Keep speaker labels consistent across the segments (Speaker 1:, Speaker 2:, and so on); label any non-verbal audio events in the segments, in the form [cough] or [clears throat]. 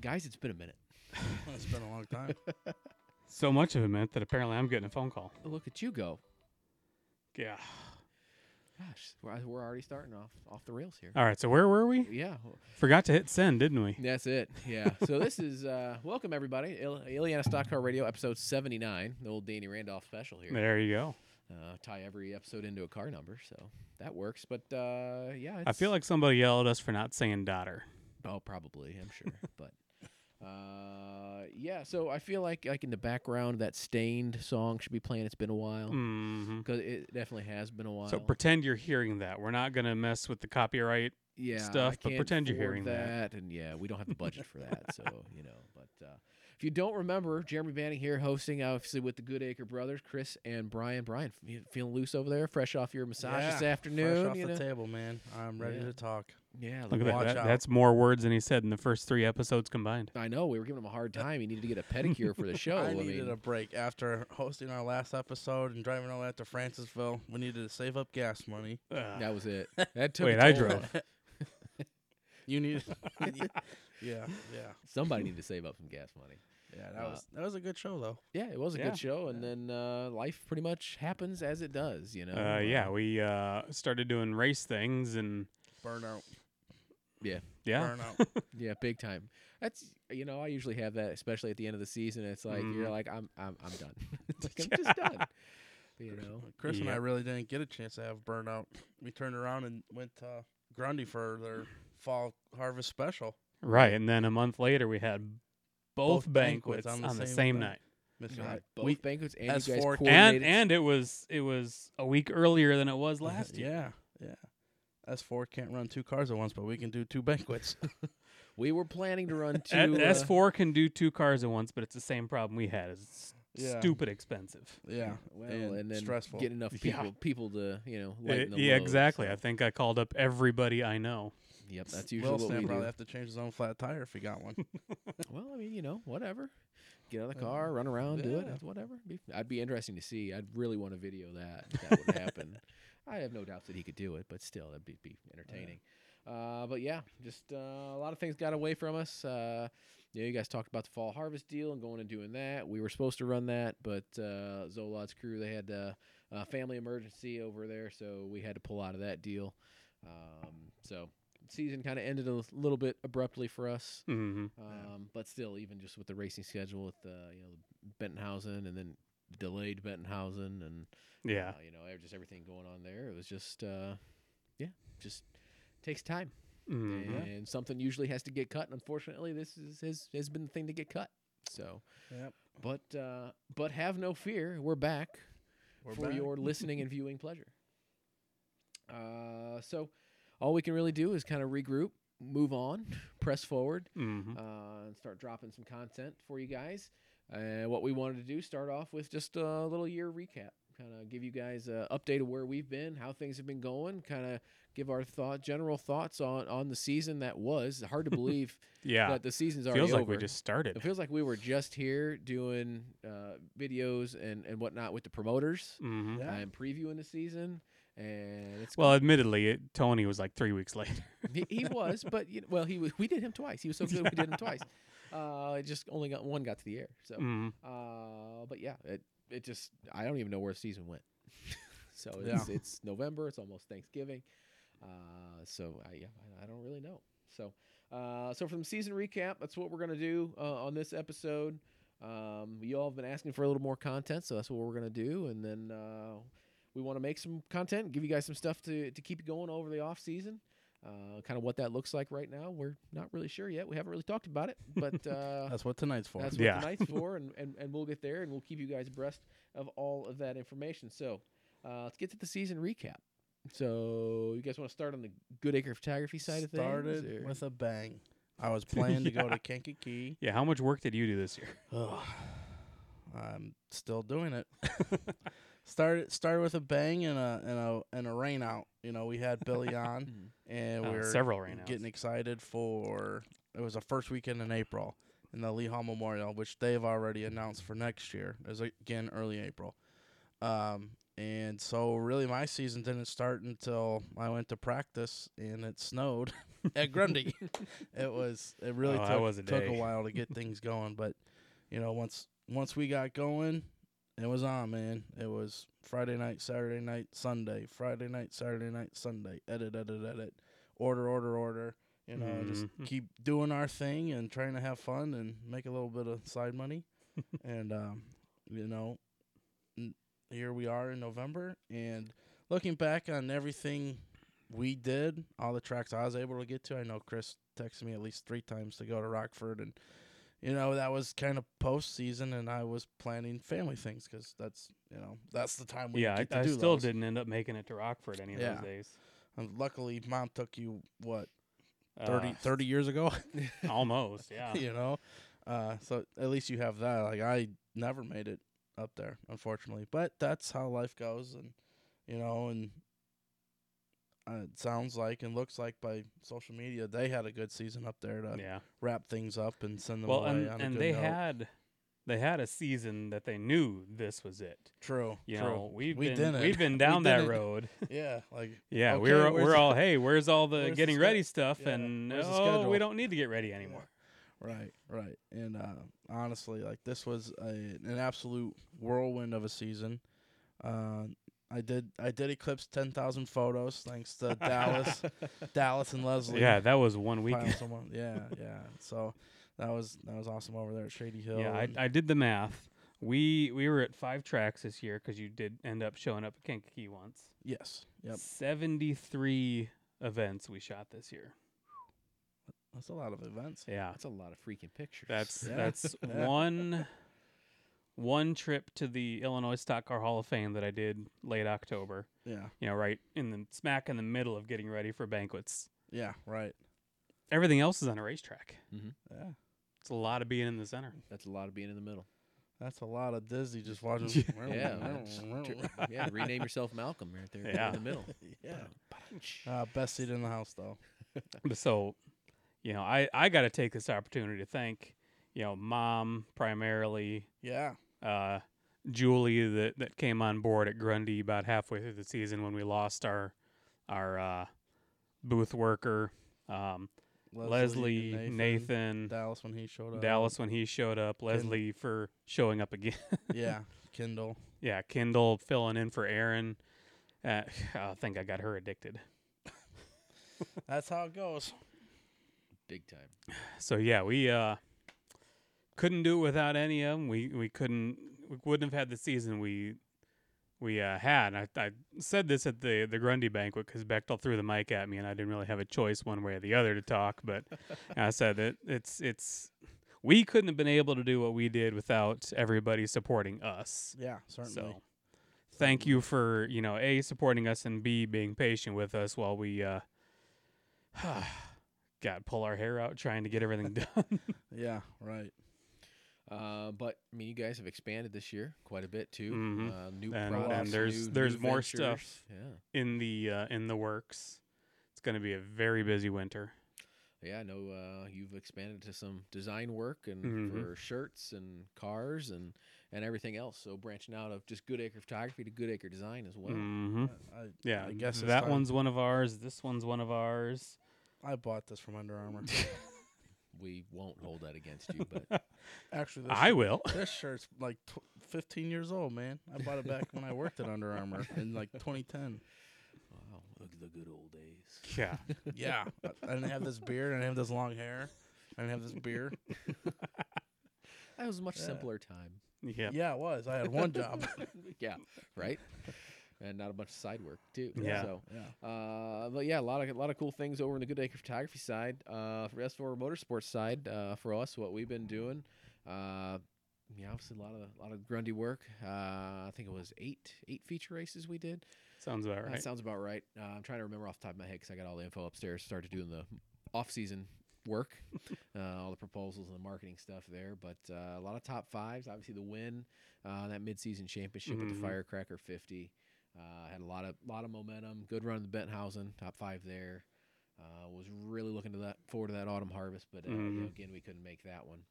Speaker 1: Guys, it's been a minute.
Speaker 2: It's been a long
Speaker 1: [laughs]
Speaker 2: time.
Speaker 3: So much of a minute that apparently I'm getting a phone call.
Speaker 1: Oh, look at you go.
Speaker 3: Yeah.
Speaker 1: Gosh, we're, uh, we're already starting off off the rails here.
Speaker 3: All right. So where were we?
Speaker 1: Yeah,
Speaker 3: Forgot to hit send, didn't we?
Speaker 1: that's it.
Speaker 3: [laughs]
Speaker 1: Yeah. so this is uh, welcome everybody, Il- Ileana Stock Car Radio, episode seventy nine, the old Danny Randolph special here.
Speaker 3: There you go.
Speaker 1: Uh, tie every episode into a car number, so that works. But uh, yeah, it's,
Speaker 3: I feel like somebody yelled at us for not saying daughter.
Speaker 1: Oh, probably. I'm sure, [laughs] but uh, yeah. So I feel like like in the background, that stained song should be playing. It's been a while
Speaker 3: hmm
Speaker 1: because it definitely has been a while.
Speaker 3: So pretend you're hearing that. We're not gonna mess with the copyright.
Speaker 1: yeah,
Speaker 3: stuff,
Speaker 1: I
Speaker 3: but
Speaker 1: can't
Speaker 3: pretend you're
Speaker 1: afford
Speaker 3: hearing that.
Speaker 1: and yeah, we don't have the budget for that,
Speaker 3: [laughs]
Speaker 1: so you know. But uh, if you don't remember, Jeremy Banning here hosting, obviously with the Goodacre brothers, Chris and Brian. Brian, fe- feeling loose over there, fresh off your massage
Speaker 2: Yeah,
Speaker 1: this afternoon.
Speaker 2: Fresh off
Speaker 1: you
Speaker 2: the
Speaker 1: know?
Speaker 2: table, man. I'm ready
Speaker 1: Yeah.
Speaker 2: to talk.
Speaker 1: yeah,
Speaker 3: Look at
Speaker 1: look-
Speaker 3: that.
Speaker 2: Watch
Speaker 3: that.
Speaker 2: out.
Speaker 3: That's more words than he said in the first three episodes combined.
Speaker 1: I know we were giving him a hard time. He needed
Speaker 3: [laughs]
Speaker 1: to get a pedicure for the show.
Speaker 2: I,
Speaker 1: I
Speaker 2: needed
Speaker 1: mean,
Speaker 2: a break after [laughs] hosting our last episode and driving all that to Francisville. We needed to save up gas money.
Speaker 3: Ugh.
Speaker 1: that was
Speaker 3: [laughs]
Speaker 1: it. That took. a
Speaker 3: Wait, I
Speaker 1: toll.
Speaker 3: drove.
Speaker 1: [laughs]
Speaker 2: You needed, [laughs] yeah, yeah,
Speaker 1: Somebody needed to save up some gas money.
Speaker 2: yeah. That
Speaker 1: Wow.
Speaker 2: was that was a good show though.
Speaker 1: Yeah, it was a
Speaker 3: Yeah.
Speaker 1: good show, and
Speaker 2: Yeah.
Speaker 1: then uh, life pretty much happens as it does. You know.
Speaker 3: Uh, yeah, we uh, started doing race things and
Speaker 2: Burnout,
Speaker 3: yeah,
Speaker 2: [laughs] burnout.
Speaker 1: Yeah, big time. That's you know I usually have that, especially at the end of the season. It's like you're
Speaker 3: Mhm.
Speaker 1: like I'm I'm I'm done. [laughs] It's like, I'm just done. You
Speaker 2: [laughs]
Speaker 1: know.
Speaker 2: Chris and I
Speaker 3: Yep.
Speaker 2: really didn't get a chance to have burnout. We turned around and went to Grundy for their fall harvest special.
Speaker 3: right. And then a month later, we had both,
Speaker 2: Both
Speaker 3: banquets,
Speaker 2: banquets on the
Speaker 3: on the
Speaker 2: same
Speaker 3: same
Speaker 2: night.
Speaker 3: night.
Speaker 2: Mr.
Speaker 1: God,
Speaker 2: Hyde.
Speaker 1: both [laughs]
Speaker 2: We-
Speaker 1: banquets and you
Speaker 2: as
Speaker 1: guys
Speaker 2: four-
Speaker 3: and
Speaker 1: coordinated.
Speaker 3: and it was it was a week earlier than
Speaker 2: [laughs]
Speaker 3: it was last year.
Speaker 2: Yeah, yeah. S four can't run two cars at once, but we can do two banquets. [laughs]
Speaker 1: we were planning to run two.
Speaker 3: A-
Speaker 1: uh,
Speaker 3: S4 can do two cars at once, but it's the same problem we had. It's
Speaker 2: Yeah.
Speaker 3: stupid expensive.
Speaker 2: yeah,
Speaker 1: Well, and, then
Speaker 2: stressful.
Speaker 1: get enough
Speaker 3: Yeah.
Speaker 1: people people to you know
Speaker 3: It-
Speaker 1: lighten the
Speaker 3: yeah,
Speaker 1: load,
Speaker 3: exactly.
Speaker 1: so-
Speaker 3: I think I called up everybody I know.
Speaker 1: Yep, that's usually
Speaker 2: Wilson
Speaker 1: what we
Speaker 2: probably
Speaker 1: do.
Speaker 2: have to change his own flat tire if he got
Speaker 1: [laughs]
Speaker 2: one.
Speaker 1: Well, I mean, you know, whatever. Get out of the
Speaker 2: Uh,
Speaker 1: car, run around, do it,
Speaker 2: yeah.
Speaker 1: it's whatever. Be, I'd be interesting to see. I'd really want to video that. if That would
Speaker 2: [laughs]
Speaker 1: happen. I have no doubts that he could do it, but still, that'd be, be entertaining. Uh, but yeah, just uh, a lot of things got away from us. Uh, you, know, you guys talked about the fall harvest deal and going and doing that. We were supposed to run that, but uh, Zolot's crew they had uh, a family emergency over there, so we had to pull out of that deal. Um, so season kind of ended a little bit abruptly for us.
Speaker 3: hmm
Speaker 1: Um,
Speaker 2: Yeah.
Speaker 1: But still, even just with the racing schedule, with the you know Bentonhausen and then delayed Bentonhausen, and
Speaker 3: Yeah.
Speaker 1: uh, you know ev- just everything going on there, it was just uh, yeah, just takes time,
Speaker 3: Mhm.
Speaker 2: Yeah.
Speaker 1: and something usually has to get cut. And unfortunately, this is, has has been the thing to get cut. So,
Speaker 2: Yep.
Speaker 1: but uh, but have no fear, we're back
Speaker 2: We're
Speaker 1: for
Speaker 2: back.
Speaker 1: your listening and viewing pleasure. Uh, so, all we can really do is kind of regroup, move on, press forward
Speaker 3: Mhm.
Speaker 1: uh, and start dropping some content for you guys. And what we wanted to do, start off with just a little year recap, kind of give you guys an update of where we've been, how things have been going, kind of give our thought, general thoughts on on the season that was.
Speaker 3: [laughs]
Speaker 1: Hard to believe
Speaker 3: Yeah.
Speaker 1: that the season's already
Speaker 3: Feels like
Speaker 1: over.
Speaker 3: we just started.
Speaker 1: it feels like we were just here doing uh, videos and, and whatnot with the promoters
Speaker 3: Mhm.
Speaker 2: Yeah.
Speaker 1: and previewing the season. And it's
Speaker 3: Well, admittedly, it, Tony was like three weeks [laughs] later.
Speaker 1: he, he was, but you know, well, he was, we did him twice. He was so good, we did him twice. Uh, it just only got one got to the air. So,
Speaker 3: Mhm.
Speaker 1: uh, but yeah, it it just I don't even know where the season went. [laughs] so
Speaker 2: Yeah.
Speaker 1: it's, it's November. It's almost Thanksgiving. Uh, so I, yeah, I, I don't really know. So uh, so from season recap, that's what we're gonna do uh, on this episode. Um, you all have been asking for a little more content, so that's what we're gonna do, and then. Uh, we want to make some content, give you guys some stuff to, to keep you going over the off season. Uh, kind of what that looks like right now, we're not really sure yet. We haven't really talked about it, but uh,
Speaker 2: That's what tonight's for.
Speaker 1: that's
Speaker 3: Yeah. [laughs]
Speaker 1: what tonight's for, and, and, and we'll get there, and we'll keep you guys abreast of all of that information. So uh, let's get to the season recap. So you guys want to start on the Goodacre photography side of things?
Speaker 2: Started
Speaker 1: or-
Speaker 2: with a bang. I was planning
Speaker 1: [laughs]
Speaker 2: to go
Speaker 1: [sighs]
Speaker 2: to Kankakee.
Speaker 3: Yeah. How much work did you do this year?
Speaker 2: Ugh. I'm still doing it. started started with a bang and a and a and a rain out. You know, we
Speaker 1: [laughs]
Speaker 2: had Billy on
Speaker 1: Mhm.
Speaker 2: and
Speaker 3: Uh,
Speaker 2: we were
Speaker 3: several right now.
Speaker 2: getting excited for it was the first weekend in April in the Lee Hall Memorial, which they've already announced for next year is again early April. Um, And so, really, my season didn't start until I went to practice and it snowed [laughs] at
Speaker 3: [laughs]
Speaker 2: Grundy. it was it really
Speaker 4: Oh, that
Speaker 2: took,
Speaker 4: was a
Speaker 2: took a
Speaker 4: day.
Speaker 2: while to get things going, but you know, once once we got going, it was on, man. It was Friday night, Saturday night, Sunday, Friday night, Saturday night, Sunday. Edit, edit, edit. Order, order, order. You know, just
Speaker 3: Mhm.
Speaker 2: keep doing our thing and trying to have fun and make a little bit of side money. and um, you know, n- here we are in November, and looking back on everything we did, all the tracks I was able to get to. I know Chris texted me at least three times to go to Rockford, and you know that was kind of postseason, and I was planning family things because that's you know that's the time we
Speaker 3: yeah, I,
Speaker 2: get to
Speaker 3: I
Speaker 2: do
Speaker 3: still
Speaker 2: those.
Speaker 3: didn't end up making it to Rockford any of
Speaker 2: Yeah.
Speaker 3: those days.
Speaker 2: And luckily, mom took you what 30,
Speaker 3: Uh,
Speaker 2: 30 years
Speaker 3: [laughs]
Speaker 2: ago, [laughs]
Speaker 3: almost. Yeah.
Speaker 2: you know. Uh, so at least you have that. Like I never made it up there, unfortunately, but that's how life goes, and you know, and uh, it sounds like and looks like by social media they had a good season up there to
Speaker 3: yeah.
Speaker 2: wrap things up and send them
Speaker 3: Well,
Speaker 2: away
Speaker 3: and,
Speaker 2: on a
Speaker 3: and
Speaker 2: good
Speaker 3: they
Speaker 2: note.
Speaker 3: had they had a season that they knew this was it.
Speaker 2: true,
Speaker 3: You
Speaker 2: true.
Speaker 3: know, we've
Speaker 2: We
Speaker 3: been
Speaker 2: didn't.
Speaker 3: we've been
Speaker 2: We
Speaker 3: down that
Speaker 2: didn't.
Speaker 3: road.
Speaker 2: [laughs] yeah, like
Speaker 3: Yeah,
Speaker 2: Okay,
Speaker 3: we're
Speaker 2: where's
Speaker 3: we're
Speaker 2: the-
Speaker 3: all hey, where's all the
Speaker 2: where's the
Speaker 3: getting
Speaker 2: sched-
Speaker 3: ready stuff?
Speaker 2: yeah,
Speaker 3: and
Speaker 2: where's the
Speaker 3: oh,
Speaker 2: schedule?"
Speaker 3: we don't need to get ready anymore.
Speaker 2: Right, right. And uh, honestly, like this was a, an absolute whirlwind of a season. Uh, I did I did eclipse ten thousand photos thanks
Speaker 3: [laughs]
Speaker 2: to [laughs] Dallas, Dallas and Leslie.
Speaker 3: Yeah, that was one
Speaker 2: Pile
Speaker 3: weekend.
Speaker 2: someone- yeah, yeah. So that was that was awesome over there at Shady Hill.
Speaker 3: [laughs] Yeah, I,
Speaker 2: and-
Speaker 3: I did the math. We we were at five tracks this year because you did end up showing up at Kankakee once.
Speaker 2: yes, yep.
Speaker 3: Seventy three events we shot this year.
Speaker 2: That's a lot of events.
Speaker 3: Yeah,
Speaker 1: That's a lot of freaking pictures.
Speaker 3: that's
Speaker 2: Yeah.
Speaker 3: that's [laughs]
Speaker 2: Yeah.
Speaker 3: one one trip to the Illinois Stock Car Hall of Fame that I did late October.
Speaker 2: Yeah,
Speaker 3: You know, right in the smack in the middle of getting ready for banquets.
Speaker 2: yeah, right.
Speaker 3: Everything else is on a racetrack.
Speaker 2: Yeah,
Speaker 3: It's a lot of being in the center.
Speaker 1: that's a lot of being in the middle.
Speaker 2: that's a lot of Disney just watching.
Speaker 3: [laughs]
Speaker 1: Yeah, yeah, rename yourself Malcolm right there
Speaker 3: Yeah.
Speaker 1: in the
Speaker 3: [laughs]
Speaker 1: middle.
Speaker 2: [laughs] yeah.
Speaker 1: Ba-dum-ba-dum-sh.
Speaker 2: Uh, best seat in the house though.
Speaker 3: But so, you know, I I got to take this opportunity to thank you know mom primarily,
Speaker 2: Yeah,
Speaker 3: uh, Julie that that came on board at Grundy about halfway through the season when we lost our our uh, booth worker um, Leslie,
Speaker 2: and
Speaker 3: Nathan, uh,
Speaker 2: Dallas when he showed up.
Speaker 3: Dallas when he showed up, Leslie for showing up again. [laughs]
Speaker 2: yeah, Kindle.
Speaker 3: yeah, Kendall filling in for Aaron. Uh, [sighs] I think I got her addicted.
Speaker 2: That's how it goes.
Speaker 1: Big time.
Speaker 3: So yeah, we uh, couldn't do it without any of them. We we couldn't we wouldn't have had the season we we uh, had. I, I said this at the the Grundy banquet because Bechtel threw the mic at me, and I didn't really have a choice one way or the other to talk. But I said that it's it's we couldn't have been able to do what we did without everybody supporting us.
Speaker 2: Yeah, certainly.
Speaker 3: So thank you for you know a supporting us and b being patient with us while we uh, [sighs] got pull our hair out trying to get everything [laughs] done.
Speaker 2: Yeah, right.
Speaker 1: Uh, but I mean, you guys have expanded this year quite a bit too.
Speaker 3: Mhm.
Speaker 1: Uh, new
Speaker 3: And-
Speaker 1: products.
Speaker 2: and
Speaker 3: there's-
Speaker 1: new-
Speaker 3: there's
Speaker 1: new
Speaker 3: more
Speaker 1: ventures.
Speaker 3: stuff.
Speaker 1: Yeah,
Speaker 3: in the uh, in the works. It's going to be a very busy winter.
Speaker 1: yeah. I know uh, you've expanded to some design work and
Speaker 3: Mhm.
Speaker 1: for shirts and cars and and everything else. So branching out of just Good Acre Photography to Good Acre Design as well.
Speaker 3: hmm
Speaker 2: I, I-
Speaker 3: Yeah,
Speaker 2: I guess this
Speaker 3: that
Speaker 2: time-
Speaker 3: one's one of ours. This one's one of ours.
Speaker 2: I bought this from Under
Speaker 3: [laughs]
Speaker 2: Armour.
Speaker 1: We won't hold that against you, but
Speaker 2: Actually, this
Speaker 3: I
Speaker 2: shirt-
Speaker 3: will.
Speaker 2: [laughs]
Speaker 3: [laughs]
Speaker 2: This shirt's like tw- 15 years old, man. I bought it back when I worked at Under
Speaker 3: [laughs]
Speaker 2: Armour in like 2010.
Speaker 1: wow, look at the good old days.
Speaker 3: Yeah,
Speaker 2: Yeah, I, I didn't have this beard. I didn't have this long hair. I didn't have this beer.
Speaker 1: That was a much
Speaker 2: Yeah.
Speaker 1: simpler time.
Speaker 3: [laughs] [laughs] yeah,
Speaker 2: Yeah, it was. I had one
Speaker 3: [laughs]
Speaker 2: job.
Speaker 1: yeah, right. And not a bunch of side work too.
Speaker 3: Yeah.
Speaker 1: So
Speaker 2: yeah.
Speaker 1: Uh, but yeah, a lot of a lot of cool things over in the Good Acre Photography side. Uh, for us, for motorsports side, uh, for us, what we've been doing, uh, yeah, obviously a lot of a lot of Grundy work. Uh, I think it was eight eight feature races we did.
Speaker 3: sounds about right.
Speaker 1: That sounds about right. Uh, I'm trying to remember off the top of my head because I got all the info upstairs. Started doing the off season work, [laughs] uh, all the proposals and the marketing stuff there. But uh, a lot of top fives. Obviously, the win uh, that mid season championship at
Speaker 3: Mhm.
Speaker 1: the Firecracker 50 uh, had a lot of lot of momentum. Good run to Benthausen, top five there. Uh, was really looking to that forward to that autumn harvest, but uh, you know,
Speaker 3: Mhm.
Speaker 1: again we couldn't make that one.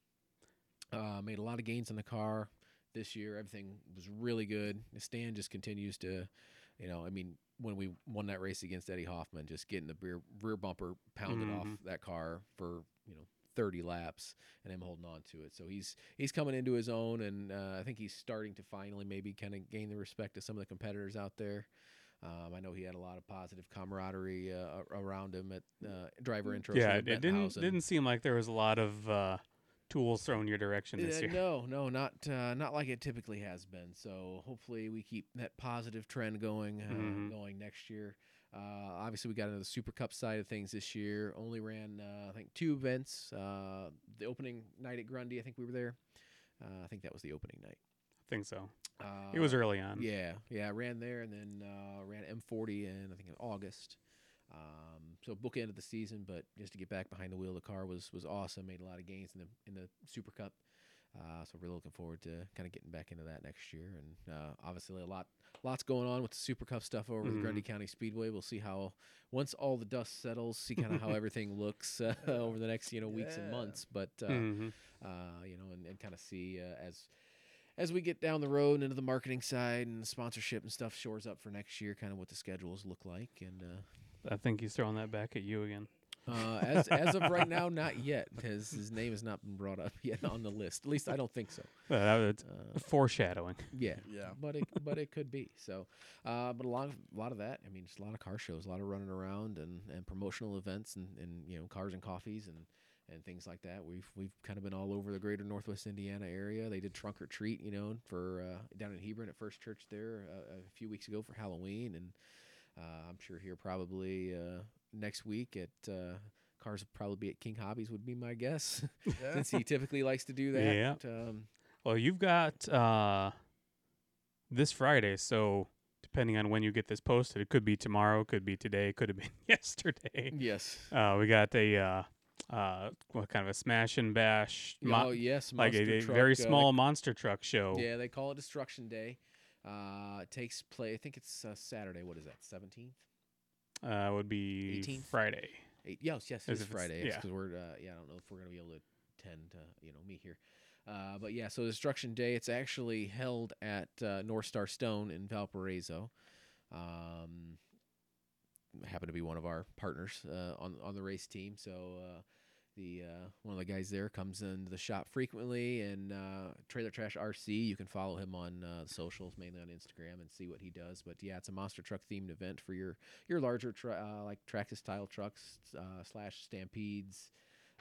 Speaker 1: Uh, made a lot of gains in the car. this year. Everything was really good. Stan just continues to, you know, I mean, when we won that race against Eddie Hoffman, just getting the rear rear bumper pounded off
Speaker 3: Mhm.
Speaker 1: that car for you know 30 laps and him holding on to it. So he's he's coming into his own, and uh, I think he's starting to finally maybe kind of gain the respect of some of the competitors out there. Um, I know he had a lot of positive camaraderie uh, a- around him at uh, driver intros.
Speaker 3: yeah,
Speaker 1: at
Speaker 3: it, it didn't
Speaker 1: Mettenhausen.
Speaker 3: didn't seem like there was a lot of uh, tools thrown your direction this
Speaker 1: Uh,
Speaker 3: year.
Speaker 1: No, no, not uh, not like it typically has been. So hopefully we keep that positive trend going uh,
Speaker 3: Mhm.
Speaker 1: going next year. Uh, obviously, we got into the Super Cup side of things this year. Only ran uh, I think two events. Uh, the opening night at Grundy, I think we were there. Uh, I think that was the opening night.
Speaker 3: I think so.
Speaker 1: Uh,
Speaker 3: It was early on.
Speaker 1: yeah, yeah. I ran there and then uh, ran M40 in I think in August. Um, so book end of the season, but just to get back behind the wheel of the car was was awesome. Made a lot of gains in the in the Super Cup. Uh, so really looking forward to kind of getting back into that next year, and uh, obviously a lot lots going on with the Super Cup stuff over the
Speaker 3: Mhm.
Speaker 1: Grundy County Speedway. We'll see how once all the dust settles, see kind of how everything looks uh, [laughs] over the next you know weeks and
Speaker 2: Yeah.
Speaker 1: months. But uh,
Speaker 3: Mhm.
Speaker 1: uh, you know, and, and kind of see uh, as as we get down the road into the marketing side and sponsorship and stuff shores up for next year, kind of what the schedules look like. And uh,
Speaker 3: I think he's throwing that back at you again.
Speaker 1: uh, as as of right now, not yet, because his name has not been brought up [laughs] yet on the list. At least I don't think so.
Speaker 3: Uh, that was
Speaker 1: Uh,
Speaker 3: foreshadowing.
Speaker 1: yeah,
Speaker 2: Yeah.
Speaker 1: but it but it could be so. Uh, but a lot of a lot of that. I mean, just a lot of car shows, a lot of running around and, and promotional events and, and you know cars and coffees and and things like that. We've we've kind of been all over the greater Northwest Indiana area. They did trunk or treat, you know, for uh, down in Hebron at First Church there uh, a few weeks ago for Halloween, and uh, I'm sure here probably uh, next week at. Uh, Cars will probably be at King Hobbies would be my guess, [laughs]
Speaker 2: Yeah.
Speaker 1: since he typically likes to do that.
Speaker 3: Yeah.
Speaker 1: Um,
Speaker 3: Well, you've got uh, this Friday, so depending on when you get this posted, it could be tomorrow, it could be today, it could have [laughs] been yesterday.
Speaker 1: yes.
Speaker 3: Uh, we got a uh, uh, what kind of a smash and bash, mo-
Speaker 1: oh yes,
Speaker 3: like
Speaker 1: monster
Speaker 3: a, a
Speaker 1: truck,
Speaker 3: very
Speaker 1: uh,
Speaker 3: small monster truck show.
Speaker 1: Yeah, they call it Destruction Day. Uh, it takes play. I think it's uh, Saturday. What is that? Seventeenth?
Speaker 3: Uh, would be
Speaker 1: 18th?
Speaker 3: Friday.
Speaker 1: Eight? Yes, yes,
Speaker 3: As
Speaker 1: it's
Speaker 3: if it's-
Speaker 1: Friday. It's
Speaker 3: yeah.
Speaker 1: 'cause we're uh, yeah. I don't know if we're gonna be able to attend. Uh, you know, me here. Uh, but yeah, so Destruction Day. It's actually held at uh, North Star Stone in Valparaiso. Um, happen to be one of our partners uh, on on the race team. So. Uh, the uh, one of the guys there comes into the shop frequently and uh, trailer trash rc you can follow him on uh, the socials mainly on instagram and see what he does but yeah it's a monster truck themed event for your your larger tra- uh, like traxxas style trucks uh, slash stampedes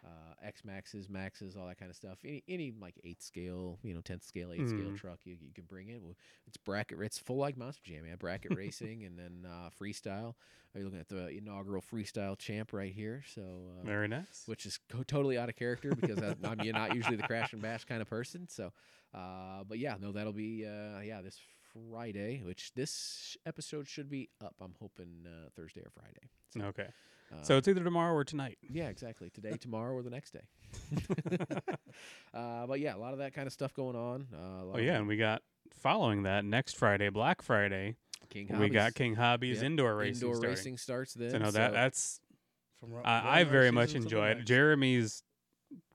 Speaker 1: uh, X Maxes, Maxes, all that kind of stuff. Any, any like eighth scale, you know, tenth scale, 8 scale
Speaker 3: Mhm.
Speaker 1: truck you, you can bring in. Well, It's bracket, it's full like Monster Jam, yeah.
Speaker 3: [laughs]
Speaker 1: Bracket racing and then uh, freestyle. You're looking at the inaugural freestyle champ right here. So uh,
Speaker 3: Very nice.
Speaker 1: which is co- totally out of character because I, I'm you're not usually the crash and bash kind of person. So, uh, but yeah, no, that'll be uh, yeah this Friday, which this episode should be up. I'm hoping uh, Thursday or Friday.
Speaker 3: Okay,
Speaker 1: Uh,
Speaker 3: so it's either tomorrow or tonight.
Speaker 1: yeah, exactly.
Speaker 3: [laughs]
Speaker 1: Today, tomorrow, or the next day. uh, but yeah, a lot of that kind of stuff going on. Uh, a lot
Speaker 3: Oh
Speaker 1: of
Speaker 3: yeah, and we got following that next Friday, Black Friday.
Speaker 1: King
Speaker 3: we
Speaker 1: Hobbies.
Speaker 3: got King Hobbies
Speaker 1: Yep,
Speaker 3: indoor racing.
Speaker 1: indoor
Speaker 3: starting.
Speaker 1: racing starts then.
Speaker 3: So no, that
Speaker 1: so-
Speaker 3: that's
Speaker 2: From ro- one
Speaker 3: I, I
Speaker 2: of our
Speaker 3: very much
Speaker 2: seasons to the
Speaker 3: enjoy it.
Speaker 2: next.
Speaker 3: Jeremy's,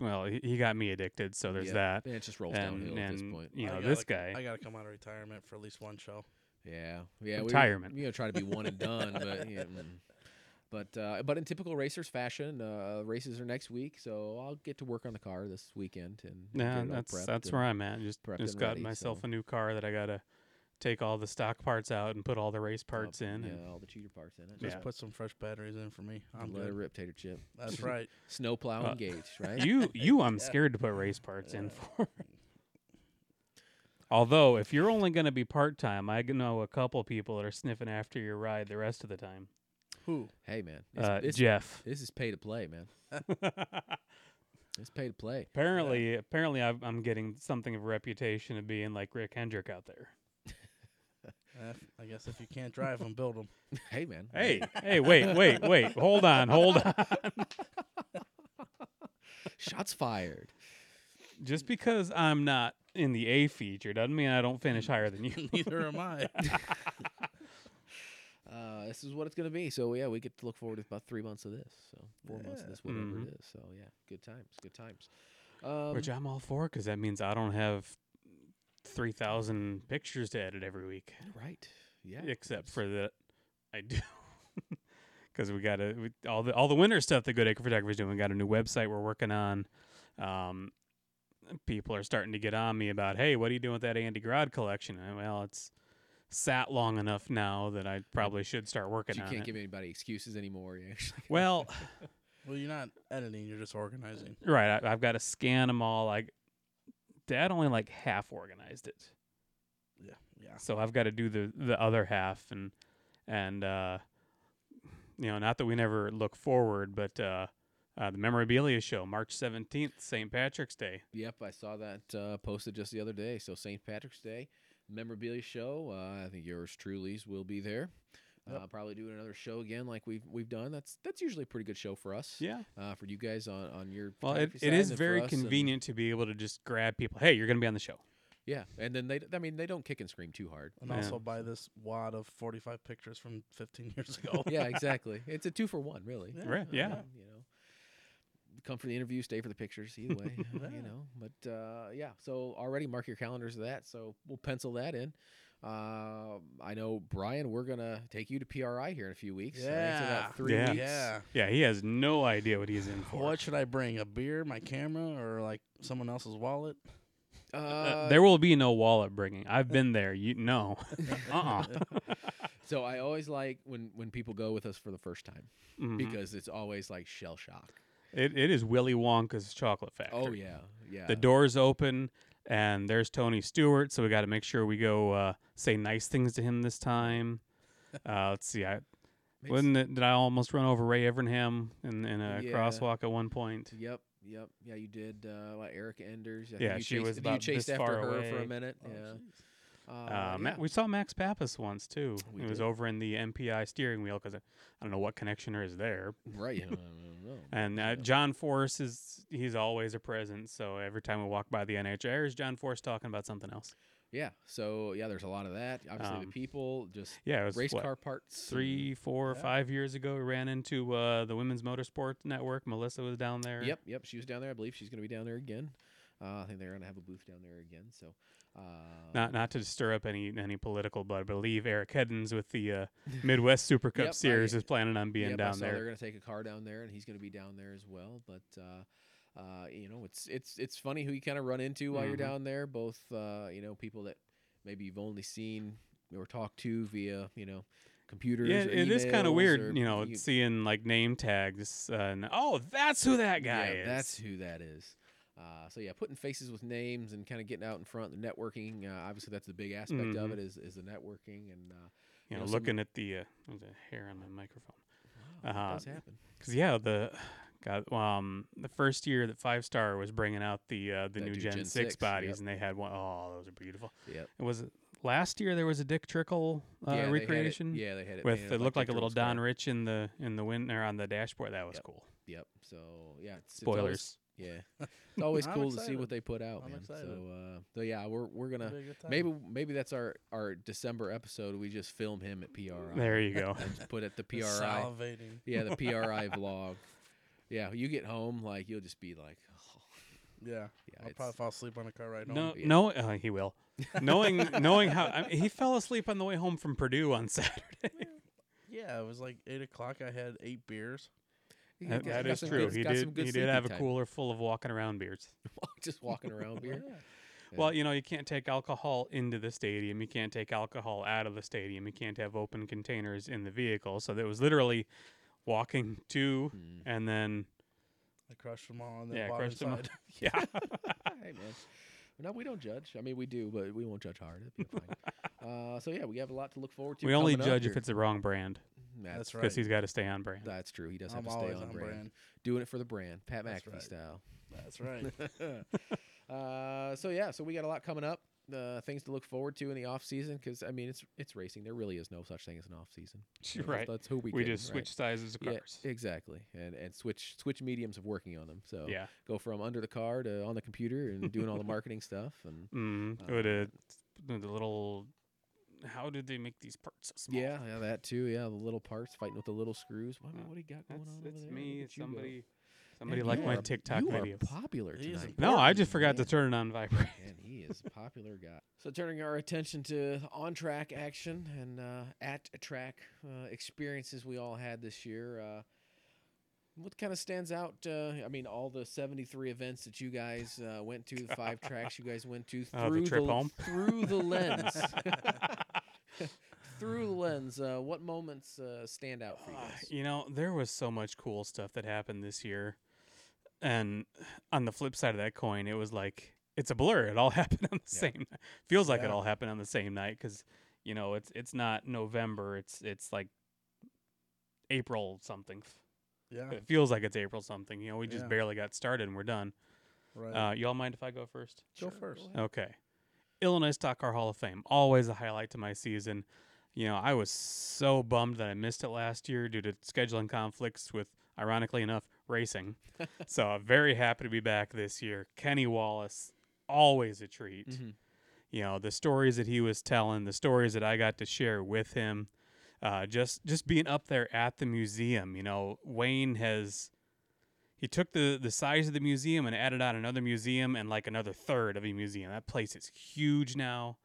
Speaker 3: well, he, he got me addicted, so there's
Speaker 1: yeah,
Speaker 3: that.
Speaker 1: and it just rolls
Speaker 3: And,
Speaker 1: downhill at this
Speaker 3: and,
Speaker 1: point.
Speaker 3: you
Speaker 2: I
Speaker 3: know,
Speaker 2: gotta
Speaker 3: this
Speaker 2: c-
Speaker 3: guy.
Speaker 2: I gotta come out of retirement for at least one show.
Speaker 1: Yeah, yeah.
Speaker 3: Retirement.
Speaker 1: We, you know, try to be one and done,
Speaker 3: [laughs]
Speaker 1: but yeah, mm. but uh, but in typical racers fashion, uh, races are next week, so I'll get to work on the car this weekend and and
Speaker 3: Yeah,
Speaker 1: get it all
Speaker 3: that's
Speaker 1: prepped
Speaker 3: that's
Speaker 1: and-
Speaker 3: where I'm at. Just
Speaker 1: prepped
Speaker 3: just
Speaker 1: and
Speaker 3: got
Speaker 1: ready,
Speaker 3: myself
Speaker 1: so-
Speaker 3: a new car that I gotta take all the stock parts out and put all the race parts in.
Speaker 1: Oh, Yeah,
Speaker 3: and-
Speaker 1: all the cheater parts in it.
Speaker 2: Just
Speaker 3: Yeah.
Speaker 2: put some fresh batteries in for me. I'm
Speaker 1: let it
Speaker 2: good.
Speaker 1: rip, tater chip.
Speaker 2: That's right.
Speaker 1: [laughs] Snow plow
Speaker 3: Uh,
Speaker 1: engaged, right? [laughs]
Speaker 3: You you, I'm
Speaker 2: Yeah.
Speaker 3: scared to put race parts in
Speaker 2: Yeah.
Speaker 3: for. Although, if you're only gonna be part time, I g- know a couple people that are sniffing after your ride the rest of the time.
Speaker 2: Who?
Speaker 1: hey man, it's,
Speaker 3: Uh,
Speaker 1: it's-
Speaker 3: Jeff.
Speaker 1: this is pay to play, man.
Speaker 3: [laughs]
Speaker 1: It's pay to play.
Speaker 3: Apparently, apparently, I've, I'm getting something of a reputation of being like Rick Hendrick out there.
Speaker 2: Uh, I guess if you can't drive them, build them.
Speaker 1: Hey man.
Speaker 3: Hey, [laughs] hey, wait, wait, wait, hold on, hold on.
Speaker 1: [laughs] shots fired.
Speaker 3: Just because I'm not in the A feature doesn't mean I don't finish higher than you.
Speaker 2: [laughs] Neither am I.
Speaker 1: [laughs] Uh, this is what it's gonna be. So yeah, we get to look forward to about three months of this. So four months of
Speaker 2: Yeah.
Speaker 1: this, whatever it
Speaker 3: Mm-hmm.
Speaker 1: is. So yeah, good times, good times. Um,
Speaker 3: Which I'm all for because that means I don't have three thousand pictures to edit every week,
Speaker 1: Right. Yeah.
Speaker 3: except for that I do. [laughs] Because we got a we, all the all the winter stuff that Good Acre Photography is doing. We got a new website we're working on. Um, people are starting to get on me about, hey, what are you doing with that Andy Grod collection? And, well, it's sat long enough now that I probably should start working
Speaker 1: you
Speaker 3: on
Speaker 1: can't
Speaker 3: it.
Speaker 1: give anybody excuses anymore. [laughs] You actually.
Speaker 3: well,
Speaker 2: Well, you're not editing; you're just organizing.
Speaker 3: [laughs] Right. I, I've got to scan them all. Like, Dad only like half organized it,
Speaker 2: Yeah, yeah.
Speaker 3: so I've got to do the the other half, and and uh, you know, not that we never look forward, but uh, uh, the memorabilia show, March seventeenth, St. Patrick's Day.
Speaker 1: Yep, I saw that uh, posted just the other day. So St. Patrick's Day memorabilia show. Uh, I think yours truly's will be there.
Speaker 2: Yep.
Speaker 1: Uh, probably doing another show again, like we've we've done. That's that's usually a pretty good show for us.
Speaker 3: Yeah.
Speaker 1: Uh, for you guys on on your
Speaker 3: Well, it,
Speaker 1: photography
Speaker 3: it
Speaker 1: side
Speaker 3: is
Speaker 1: and for
Speaker 3: very
Speaker 1: us, and-
Speaker 3: convenient to be able to just grab people. Hey, you're going to be on the show.
Speaker 1: yeah, and then they I mean they don't kick and scream too hard.
Speaker 2: And
Speaker 3: Yeah.
Speaker 2: also buy this wad of 45 pictures from 15 [laughs] years ago.
Speaker 1: yeah, exactly. It's a two for one, really.
Speaker 3: Right,
Speaker 1: Uh,
Speaker 3: yeah.
Speaker 1: You know, come for the interview, stay for the pictures. Either
Speaker 2: [laughs]
Speaker 1: way, uh,
Speaker 2: Yeah.
Speaker 1: you know. But uh, yeah, so already mark your calendars of that. So we'll pencil that in. Um I know, Brian. We're gonna take you to PRI here in a few weeks. I think it's
Speaker 2: Yeah.
Speaker 1: about three
Speaker 3: Yeah.
Speaker 1: weeks.
Speaker 2: Yeah.
Speaker 3: Yeah, he has no idea what he's in for.
Speaker 2: What should I bring? A beer, my camera, or like someone else's wallet?
Speaker 1: Uh,
Speaker 3: Uh, there will be no wallet bringing. I've been there. You
Speaker 1: [laughs]
Speaker 3: no. uh uh
Speaker 1: so I always like when when people go with us for the first time
Speaker 3: Mm-hmm.
Speaker 1: because it's always like shell shock.
Speaker 3: It, it is Willy Wonka's chocolate factory.
Speaker 1: Oh yeah, yeah.
Speaker 3: The door's open, and there's Tony Stewart. So we got to make sure we go uh, say nice things to him
Speaker 1: [laughs]
Speaker 3: this time. Uh, let's see. I
Speaker 1: Makes-
Speaker 3: wasn't it, did I almost run over Ray Evernham in, in a
Speaker 1: Yeah.
Speaker 3: crosswalk at one point?
Speaker 1: Yep, yep, yeah. You did uh, what, Erica Enders. I think
Speaker 3: Yeah,
Speaker 1: you
Speaker 3: she
Speaker 1: chased,
Speaker 3: was
Speaker 1: you
Speaker 3: about
Speaker 1: chased
Speaker 3: this
Speaker 1: after
Speaker 3: far
Speaker 1: her for
Speaker 3: away.
Speaker 1: a minute.
Speaker 2: Oh,
Speaker 1: yeah.
Speaker 2: jeez.
Speaker 1: Uh,
Speaker 3: Uh, Ma-
Speaker 1: yeah.
Speaker 3: we saw Max Pappas once too.
Speaker 1: We
Speaker 3: it was
Speaker 1: did.
Speaker 3: over in the MPI steering wheel because I, I don't know what connection there is there.
Speaker 1: right. yeah, I don't know.
Speaker 3: And
Speaker 1: Yeah.
Speaker 3: uh, John Force is he's always a presence. So every time we walk by the NHR, is John Force talking about something else?
Speaker 1: yeah, so yeah, there's a lot of that. Obviously,
Speaker 3: Um,
Speaker 1: the people just
Speaker 3: Yeah, it was
Speaker 1: race
Speaker 3: what,
Speaker 1: car parts.
Speaker 3: three, four,
Speaker 2: Yeah.
Speaker 3: five years ago, we ran into uh, the Women's Motorsport Network. Melissa was down there.
Speaker 1: and- Yep, yep. She was down there. I believe she's going to be down there again. Uh, I think they're going to have a booth down there again. So, uh,
Speaker 3: Not not to stir up any any political, but I believe Eric Heddens with the uh, Midwest Super Cup
Speaker 1: Yep, I-
Speaker 3: Series is planning on being
Speaker 1: yep, I
Speaker 3: down
Speaker 1: saw They're
Speaker 3: there.
Speaker 1: going to take a car down there, and he's going to be down there as well. But uh, uh, you know, it's it's it's funny who you kind of run into while you're
Speaker 3: Mhm.
Speaker 1: down there. Both uh, you know people that maybe you've only seen or talked to via you know computers.
Speaker 3: Yeah,
Speaker 1: or
Speaker 3: it is kind of
Speaker 1: emails
Speaker 3: weird,
Speaker 1: or
Speaker 3: you know, seeing like name tags. Uh, and, oh, that's who that guy
Speaker 1: yeah,
Speaker 3: is.
Speaker 1: That's who that is. Uh, so yeah, putting faces with names and kind of getting out in front, the networking. Uh, obviously, that's the big aspect of
Speaker 3: Mhm.
Speaker 1: it is is the networking and. Uh,
Speaker 3: you know,
Speaker 1: know, some-
Speaker 3: looking at the uh, there's a hair on my microphone.
Speaker 1: wow, that
Speaker 3: Uh-huh.
Speaker 1: uh, does happen.
Speaker 3: Because yeah, the God, um, the first year that Five Star was bringing out the uh,
Speaker 1: That
Speaker 3: the new
Speaker 1: new
Speaker 3: Gen,
Speaker 1: Gen 6,
Speaker 3: Six bodies,
Speaker 1: yep.
Speaker 3: and they had one oh those are beautiful.
Speaker 1: Yep.
Speaker 3: It was last year there was a Dick Trickle uh,
Speaker 1: Yeah, they had it-
Speaker 3: recreation
Speaker 1: Yeah, they had it.
Speaker 3: with
Speaker 1: painted
Speaker 3: it
Speaker 1: up
Speaker 3: looked like a
Speaker 1: Dick
Speaker 3: little
Speaker 1: Turtle's
Speaker 3: Don
Speaker 1: car.
Speaker 3: Rich in the in the wind or on the dashboard. That was
Speaker 1: Yep.
Speaker 3: cool.
Speaker 1: Yep. So yeah, it's, it's always-
Speaker 3: Spoilers. [laughs]
Speaker 1: yeah, it's always
Speaker 2: I'm
Speaker 1: cool to see what
Speaker 2: excited.
Speaker 1: they put out,
Speaker 2: I'm
Speaker 1: man.
Speaker 2: excited.
Speaker 1: So uh, so yeah, we're we're
Speaker 2: It'll
Speaker 1: gonna
Speaker 2: be a good time.
Speaker 1: maybe maybe that's our our December episode. We just film him at PRI.
Speaker 3: There you
Speaker 1: [laughs]
Speaker 3: go.
Speaker 1: And just put it the
Speaker 2: It's
Speaker 1: PRI.
Speaker 2: Salivating.
Speaker 1: Yeah, the PRI vlog. Yeah, you get home like you'll just be like, oh,
Speaker 2: Yeah.
Speaker 1: yeah,
Speaker 2: I'll
Speaker 1: it's-
Speaker 2: probably fall asleep on a car ride home.
Speaker 3: No,
Speaker 1: yeah.
Speaker 3: no, uh, he will.
Speaker 1: [laughs]
Speaker 3: knowing knowing how I mean, he fell asleep on the way home from Purdue on Saturday.
Speaker 2: Yeah, it was like eight o'clock. I had eight beers.
Speaker 1: you
Speaker 3: That-
Speaker 1: got-
Speaker 3: that
Speaker 1: got
Speaker 3: is
Speaker 1: some
Speaker 3: true.
Speaker 1: good-
Speaker 3: he
Speaker 1: got some
Speaker 3: did
Speaker 1: good
Speaker 3: he did
Speaker 1: sleeping
Speaker 3: have a
Speaker 1: time.
Speaker 3: cooler full of walking around beers.
Speaker 1: [laughs] just walking around
Speaker 2: [laughs]
Speaker 1: beer.
Speaker 3: Well, you know, you can't take alcohol into the stadium. You can't take alcohol out of the stadium. You can't have open containers in the vehicle. So that was literally walking to
Speaker 1: Mm.
Speaker 3: and then
Speaker 2: I crushed them all and then
Speaker 3: yeah,
Speaker 2: bought
Speaker 3: crushed them.
Speaker 2: inside.
Speaker 3: yeah.
Speaker 1: hey man. No, we don't judge. I mean, we do, but we won't judge hard. It'll be fine. uh, so yeah, we have a lot to look forward to.
Speaker 3: we only
Speaker 1: coming up
Speaker 3: judge if
Speaker 1: here.
Speaker 3: it's the wrong brand
Speaker 1: that's
Speaker 2: That's
Speaker 3: because
Speaker 2: right.
Speaker 3: he's got to stay on brand.
Speaker 1: that's true. He does
Speaker 2: I'm
Speaker 1: have to stay
Speaker 2: always
Speaker 1: on,
Speaker 2: on
Speaker 1: brand.
Speaker 2: brand.
Speaker 1: doing it for the brand, Pat
Speaker 2: That's
Speaker 1: McAfee
Speaker 2: right.
Speaker 1: style.
Speaker 2: That's right. [laughs]
Speaker 3: [laughs]
Speaker 1: [laughs] uh, so yeah, so we got a lot coming up. Uh, things to look forward to in the off season because I mean it's it's racing. There really is no such thing as an off
Speaker 3: [laughs]
Speaker 1: season. You know,
Speaker 3: [laughs] right.
Speaker 1: That's who we
Speaker 3: We
Speaker 1: kidding,
Speaker 3: just
Speaker 1: right?
Speaker 3: switch sizes of
Speaker 1: Yeah,
Speaker 3: cars.
Speaker 1: exactly, and and switch switch mediums of working on them. So
Speaker 3: Yeah.
Speaker 1: go from under the car to on the computer
Speaker 3: [laughs]
Speaker 1: and doing all the marketing stuff and
Speaker 3: Mm,
Speaker 1: Uh,
Speaker 3: with a the little. How did they make these parts so small?
Speaker 1: yeah, yeah, that too. Yeah, the little parts fighting with the little screws. Wow,
Speaker 3: Uh,
Speaker 1: what do you got going
Speaker 3: That's,
Speaker 1: on?
Speaker 3: that's
Speaker 1: over there? Look
Speaker 3: me.
Speaker 1: at you go.
Speaker 3: Somebody Somebody
Speaker 1: Man,
Speaker 3: liked
Speaker 1: you
Speaker 3: my
Speaker 1: are-
Speaker 3: TikTok
Speaker 1: you
Speaker 3: videos.
Speaker 1: Are popular
Speaker 2: He is a
Speaker 1: tonight.
Speaker 3: No, I just
Speaker 1: man.
Speaker 3: forgot to turn it on [laughs] vibrate.
Speaker 1: Man, he is a popular guy. So turning our attention to on-track action and uh, at-track uh, experiences we all had this year. Uh, what kind of stands out? Uh, I mean, all the 73 events that you guys uh, went to, the five tracks you guys went to through
Speaker 3: Oh, the trip home?
Speaker 1: through the lens, [laughs] through the lens. Uh, what moments uh, stand out for you
Speaker 3: Ah,
Speaker 1: guys?
Speaker 3: You know, there was so much cool stuff that happened this year. And on the flip side of that coin, it was like it's a blur. It all [laughs] happened on the
Speaker 1: Yeah.
Speaker 3: same same feels like it
Speaker 2: Yeah.
Speaker 3: all happened on the same night cuz you know, it's it's not November, it's it's like April something.
Speaker 2: Yeah.
Speaker 3: It feels like it's April something. You know, we just
Speaker 2: Yeah.
Speaker 3: barely got started and we're done.
Speaker 2: Right. [laughs]
Speaker 3: Uh, y'all mind if I go first?
Speaker 2: Go first.
Speaker 1: ahead.
Speaker 3: Okay. Illinois Stock Car Hall of Fame, always a highlight to my season. You know, I was so bummed that I missed it last year due to scheduling conflicts with, ironically enough, racing. so I'm very happy to be back this year. Kenny Wallace, always a treat.
Speaker 1: Mhm.
Speaker 3: You know, the stories that he was telling, the stories that I got to share with him, uh, just just being up there at the museum. You know, Wayne has he took the the size of the museum and added on another museum and like another third of a museum. That place is huge now.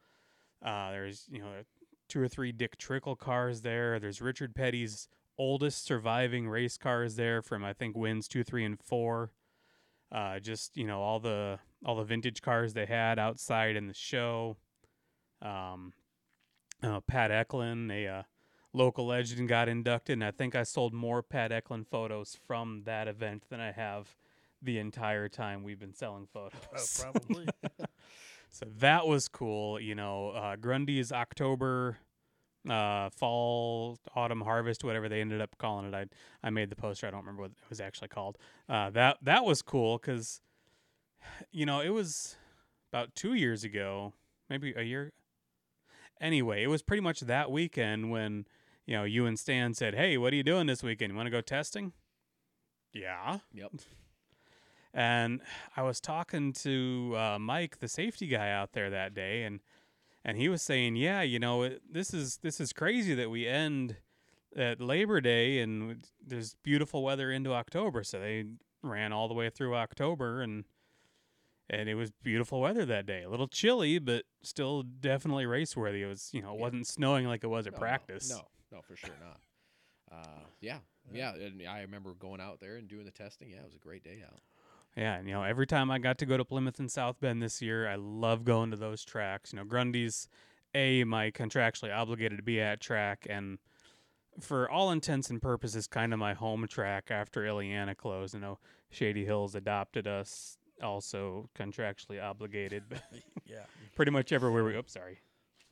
Speaker 3: Uh, there's you know two or three Dick Trickle cars there. There's Richard Petty's oldest surviving race cars there from I think wins two, three, and four. Uh, just you know all the all the vintage cars they had outside in the show. Um, uh, Pat Eklund, a uh, local legend, got inducted, and I think I sold more Pat Eklund photos from that event than I have the entire time we've been selling photos.
Speaker 2: Pro- Oh, probably.
Speaker 3: So that was cool. You know, uh, Grundy's October, uh, fall, autumn harvest, whatever they ended up calling it. I I made the poster. I don't remember what it was actually called. Uh, that that was cool because, [sighs] you know, it was about two years ago, maybe a year. Anyway, it was pretty much that weekend when you know you and Stan said, "Hey, what are you doing this weekend? You want to go testing?" Yeah.
Speaker 1: Yep.
Speaker 3: And I was talking to uh, Mike, the safety guy out there that day, and and he was saying, "Yeah, you know, it, this is this is crazy that we end at Labor Day and there's beautiful weather into October, so they ran all the way through October and." And it was beautiful weather that day. A little chilly, but still definitely race worthy. It was, you know, it
Speaker 1: Yeah.
Speaker 3: wasn't snowing like it was at
Speaker 1: No, no,
Speaker 3: practice.
Speaker 1: No, no, for sure not. Uh,
Speaker 3: [laughs]
Speaker 1: yeah, yeah. And I remember going out there and doing the testing. Yeah, it was a great day out.
Speaker 3: Yeah, and, you know, every time I got to go to Plymouth and South Bend this year, I love going to those tracks. You know, Grundy's a my contractually obligated to be at track, and for all intents and purposes, kind of my home track after Ileana closed. You know, Shady Hills adopted us, also contractually obligated, [laughs] but
Speaker 2: yeah.
Speaker 3: pretty much everywhere we. Oops, sorry.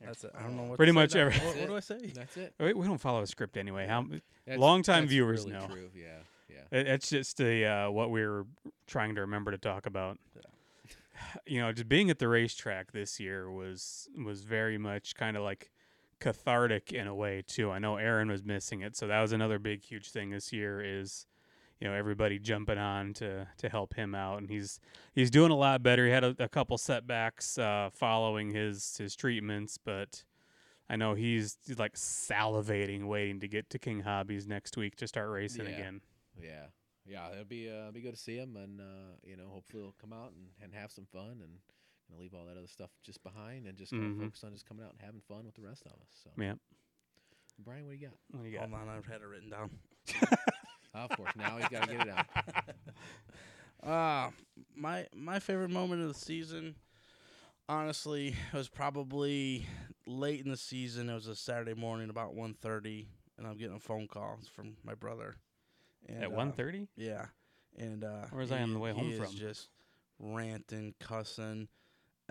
Speaker 2: That's it. I don't know what. to
Speaker 3: Pretty
Speaker 2: say
Speaker 3: much
Speaker 2: now.
Speaker 3: every-
Speaker 2: What, what do I
Speaker 1: That's
Speaker 2: say?
Speaker 1: That's it.
Speaker 3: Wait, we don't follow a script anyway. How
Speaker 1: [laughs] That's,
Speaker 3: Longtime
Speaker 1: that's
Speaker 3: viewers
Speaker 1: really
Speaker 3: know.
Speaker 1: True. Yeah, yeah.
Speaker 3: It- It's just the uh, what we were trying to remember to talk about. [sighs] You know, just being at the racetrack this year was was very much kind of like cathartic in a way too. I know Aaron was missing it, so that was another big huge thing this year is you know everybody jumping on to to help him out, and he's he's doing a lot better. He had a, a couple setbacks uh, following his his treatments, but. I know he's, he's like salivating, waiting to get to King Hobbies next week to start racing
Speaker 1: Yeah.
Speaker 3: again.
Speaker 1: Yeah, yeah. It'll be uh, be good to see him, and uh, you know, hopefully he'll come out and, and have some fun, and you know, leave all that other stuff just behind, and just kind
Speaker 3: Mhm.
Speaker 1: of focus on just coming out and having fun with the rest of us. So,
Speaker 3: Yeah.
Speaker 1: Brian, what do you got?
Speaker 3: What do you got?
Speaker 2: Hold on, I've had it written down.
Speaker 1: Ah, of course, now he's got to get it
Speaker 3: [laughs]
Speaker 1: out.
Speaker 2: Uh my my favorite moment of the season, honestly, was probably late in the season. It was a Saturday morning, about 1.30, and I'm getting a phone call from my brother. And,
Speaker 3: At
Speaker 2: uh,
Speaker 3: one thirty?
Speaker 2: Yeah, and uh,
Speaker 3: Where was I on
Speaker 2: he-
Speaker 3: the way
Speaker 2: he
Speaker 3: home
Speaker 2: is
Speaker 3: from?
Speaker 2: Just ranting, cussing,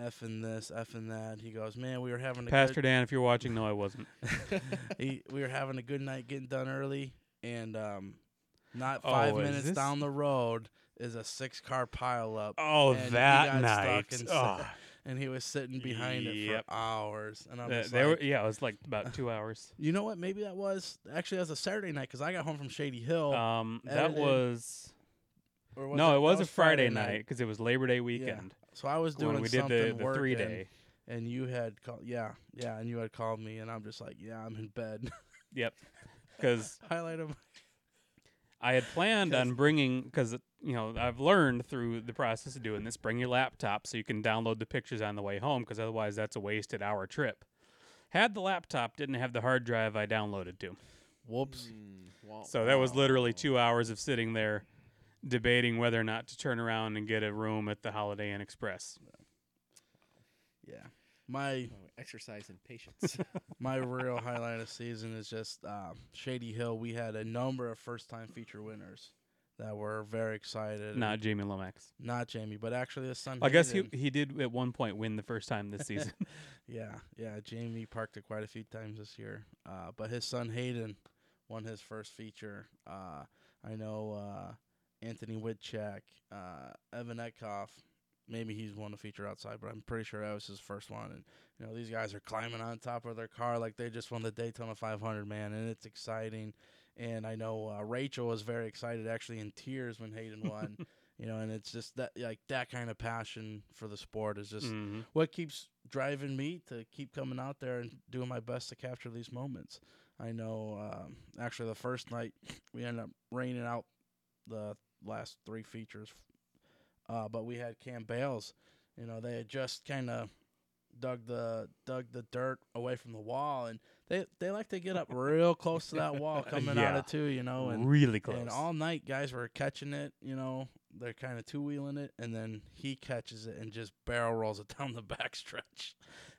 Speaker 2: effing this, effing that. He goes, "Man, we were having a
Speaker 3: Pastor
Speaker 2: good,
Speaker 3: Dan, if you're watching, no, I wasn't. [laughs]
Speaker 2: [laughs] he, we were having a good night getting done early, and um, not
Speaker 3: Oh,
Speaker 2: five
Speaker 3: is
Speaker 2: minutes
Speaker 3: this-
Speaker 2: down the road is a six car pileup."
Speaker 3: Oh,
Speaker 2: And he
Speaker 3: that
Speaker 2: got
Speaker 3: night.
Speaker 2: stuck and
Speaker 3: [laughs] Oh,
Speaker 2: said- and he was sitting behind it
Speaker 3: Yep.
Speaker 2: for hours. And I'm
Speaker 3: th-
Speaker 2: just
Speaker 3: there
Speaker 2: like,
Speaker 3: were- yeah, it was like about two
Speaker 2: [laughs]
Speaker 3: hours.
Speaker 2: you know what? Maybe that was actually that was a Saturday night because I got home from Shady Hill.
Speaker 3: Um, that
Speaker 2: edited.
Speaker 3: was,
Speaker 2: or was
Speaker 3: no,
Speaker 2: that
Speaker 3: it was a
Speaker 2: was
Speaker 3: Friday, night because it was Labor Day weekend
Speaker 2: So I was doing
Speaker 3: when we did
Speaker 2: something
Speaker 3: the, the three
Speaker 2: working,
Speaker 3: day.
Speaker 2: and you had called. Yeah, yeah, and you had called [laughs] me, and I'm just like, yeah, I'm in bed.
Speaker 3: Yep, because
Speaker 2: Highlight of
Speaker 3: I had planned
Speaker 2: 'Cause-
Speaker 3: on bringing because you know I've learned through the process of doing this, bring your laptop so you can download the pictures on the way home because otherwise that's a wasted hour trip. Had the laptop, didn't have the hard drive I downloaded to,
Speaker 2: Whoops.
Speaker 1: Mm,
Speaker 2: Oh,
Speaker 3: so that was literally two hours of sitting there debating whether or not to turn around and get a room at the Holiday Inn Express.
Speaker 2: Yeah. My
Speaker 1: Exercise and patience. [laughs]
Speaker 2: my real highlight of season is just um, Shady Hill. We had a number of first time feature winners that were very excited.
Speaker 3: Not Jamie Lomax.
Speaker 2: not Jamie, but actually his son.
Speaker 3: I guess he
Speaker 2: Hayden.
Speaker 3: he did at one point win the first time
Speaker 2: [laughs]
Speaker 3: this season.
Speaker 2: Yeah, yeah. Jamie parked it quite a few times this year. Uh, but his son Hayden won his first feature. Uh, I know uh, Anthony Whitchak, uh, Evan Etkoff. Maybe he's won a feature outside, but I'm pretty sure that was his first one. And you know these guys are climbing on top of their car like they just won the Daytona 500, man, and it's exciting. And I know uh, Rachel was very excited, actually in tears when Hayden won. you know, and it's just that like that kind of passion for the sport is just
Speaker 3: Mhm.
Speaker 2: what keeps driving me to keep coming out there and doing my best to capture these moments. I know, um, actually, the first night we ended up raining out the last three features, uh, but we had Cam Bales. You know, they had just kind of dug the dug the dirt away from the wall, and they they like to get up real close to that wall coming out
Speaker 3: Yeah.
Speaker 2: of two. You know, Oh, and
Speaker 3: really close.
Speaker 2: and all night, guys were catching it. You know, they're kind of two wheeling it, and then he catches it and just barrel rolls it [laughs] down the backstretch.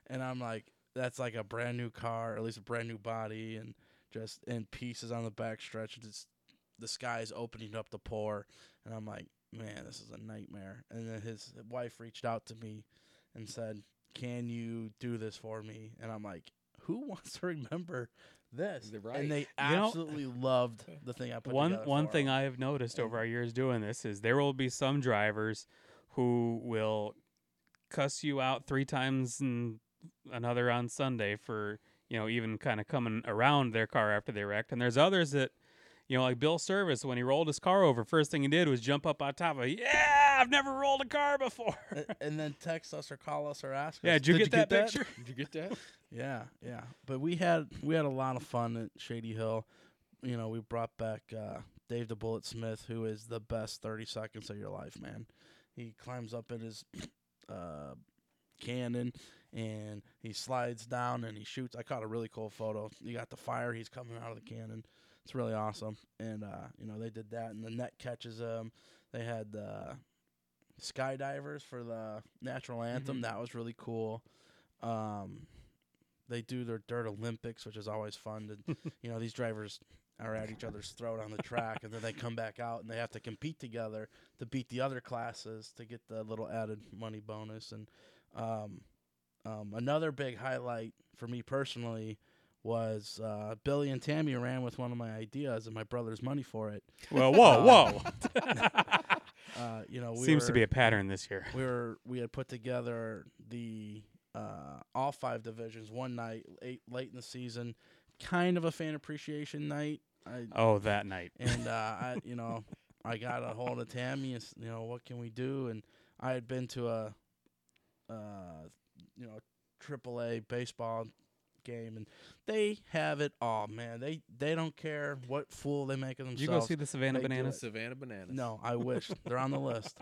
Speaker 2: And I'm like, that's like a brand new car, or at least a brand new body, and just in pieces on the backstretch. and It's the sky's opening up to pour, and I'm like, man, this is a nightmare. And then his wife reached out to me and said, "Can you do this for me?" And I'm like, "Who [laughs] wants to remember this?"
Speaker 1: They're right.
Speaker 2: And they
Speaker 3: know-
Speaker 2: absolutely loved the thing I put
Speaker 3: one
Speaker 2: together
Speaker 3: one
Speaker 2: for
Speaker 3: thing
Speaker 2: 'em.
Speaker 3: I have noticed
Speaker 2: And-
Speaker 3: over our years doing this is there will be some drivers who will cuss you out three times and another on Sunday for you know even kind of coming around their car after they wrecked, and there's others that. You know, like Bill Service, when he rolled his car over, first thing he did was jump up on top of, it. yeah, I've never rolled a car before.
Speaker 2: [laughs] A- and then text us or call us or ask
Speaker 3: yeah,
Speaker 2: us.
Speaker 3: did you get that picture? [laughs]
Speaker 1: Did you get that?
Speaker 2: Yeah, yeah. But we had we had a lot of fun at Shady Hill. You know, we brought back uh, Dave the Bullet Smith, who is the best thirty seconds of your life, man. He climbs up in his [clears throat] uh, cannon and he slides down and he shoots. I caught a really cool photo. You got the fire. He's coming out of the cannon. It's really awesome. And uh, you know they did that, and the net catches him. They had uh, skydivers for the national anthem.
Speaker 3: Mhm.
Speaker 2: That was really cool. Um, they do their dirt Olympics, which is always fun.
Speaker 3: [laughs]
Speaker 2: To, you know, these drivers are at each other's throat on the track, and then they come back out and they have to compete together to beat the other classes to get the little added money bonus. And um, um, another big highlight for me personally was uh, Billy and Tammy ran with one of my ideas and my brother's money for it.
Speaker 3: Well,
Speaker 2: Um, [laughs]
Speaker 3: whoa,
Speaker 2: Uh, you know,
Speaker 3: whoa.
Speaker 2: we
Speaker 3: Seems to
Speaker 2: were-
Speaker 3: be a pattern this year.
Speaker 2: we were we had put together the uh, all five divisions one night late late in the season, kind of a fan appreciation night. I
Speaker 3: Oh, that night.
Speaker 2: and uh, I you know I got a hold of Tammy and s- you know what can we do and I had been to a uh, you know triple A baseball game and they have it all man they they don't care what fool they make of
Speaker 3: Did
Speaker 2: themselves
Speaker 3: you go see the Savannah
Speaker 2: they do
Speaker 3: Bananas?
Speaker 1: Savannah bananas.
Speaker 2: no, I wish they're on the list.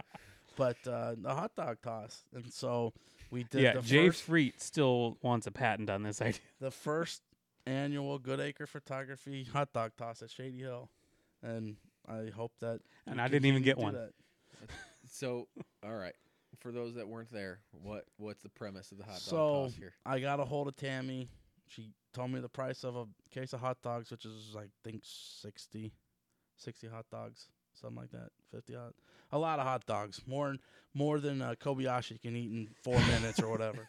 Speaker 2: But uh, the hot dog toss, and so we did
Speaker 3: yeah,
Speaker 2: the
Speaker 3: Jay
Speaker 2: first
Speaker 3: Freet still wants a patent on this [laughs] idea.
Speaker 2: the first annual Goodacre Photography hot dog toss at Shady Hill, and I hope that.
Speaker 3: And
Speaker 2: we
Speaker 3: I didn't even
Speaker 2: continue
Speaker 3: get
Speaker 2: to do
Speaker 3: one.
Speaker 2: that.
Speaker 1: So, all right. For those that weren't there, what what's the premise of the hot dog
Speaker 2: So-
Speaker 1: toss here? [laughs]
Speaker 2: I got a hold of Tammy. She told me the price of a case of hot dogs, which is I think 60, 60 hot dogs, something like that. Fifty hot, a lot of hot dogs, more more than uh, Kobayashi can eat in four minutes or whatever.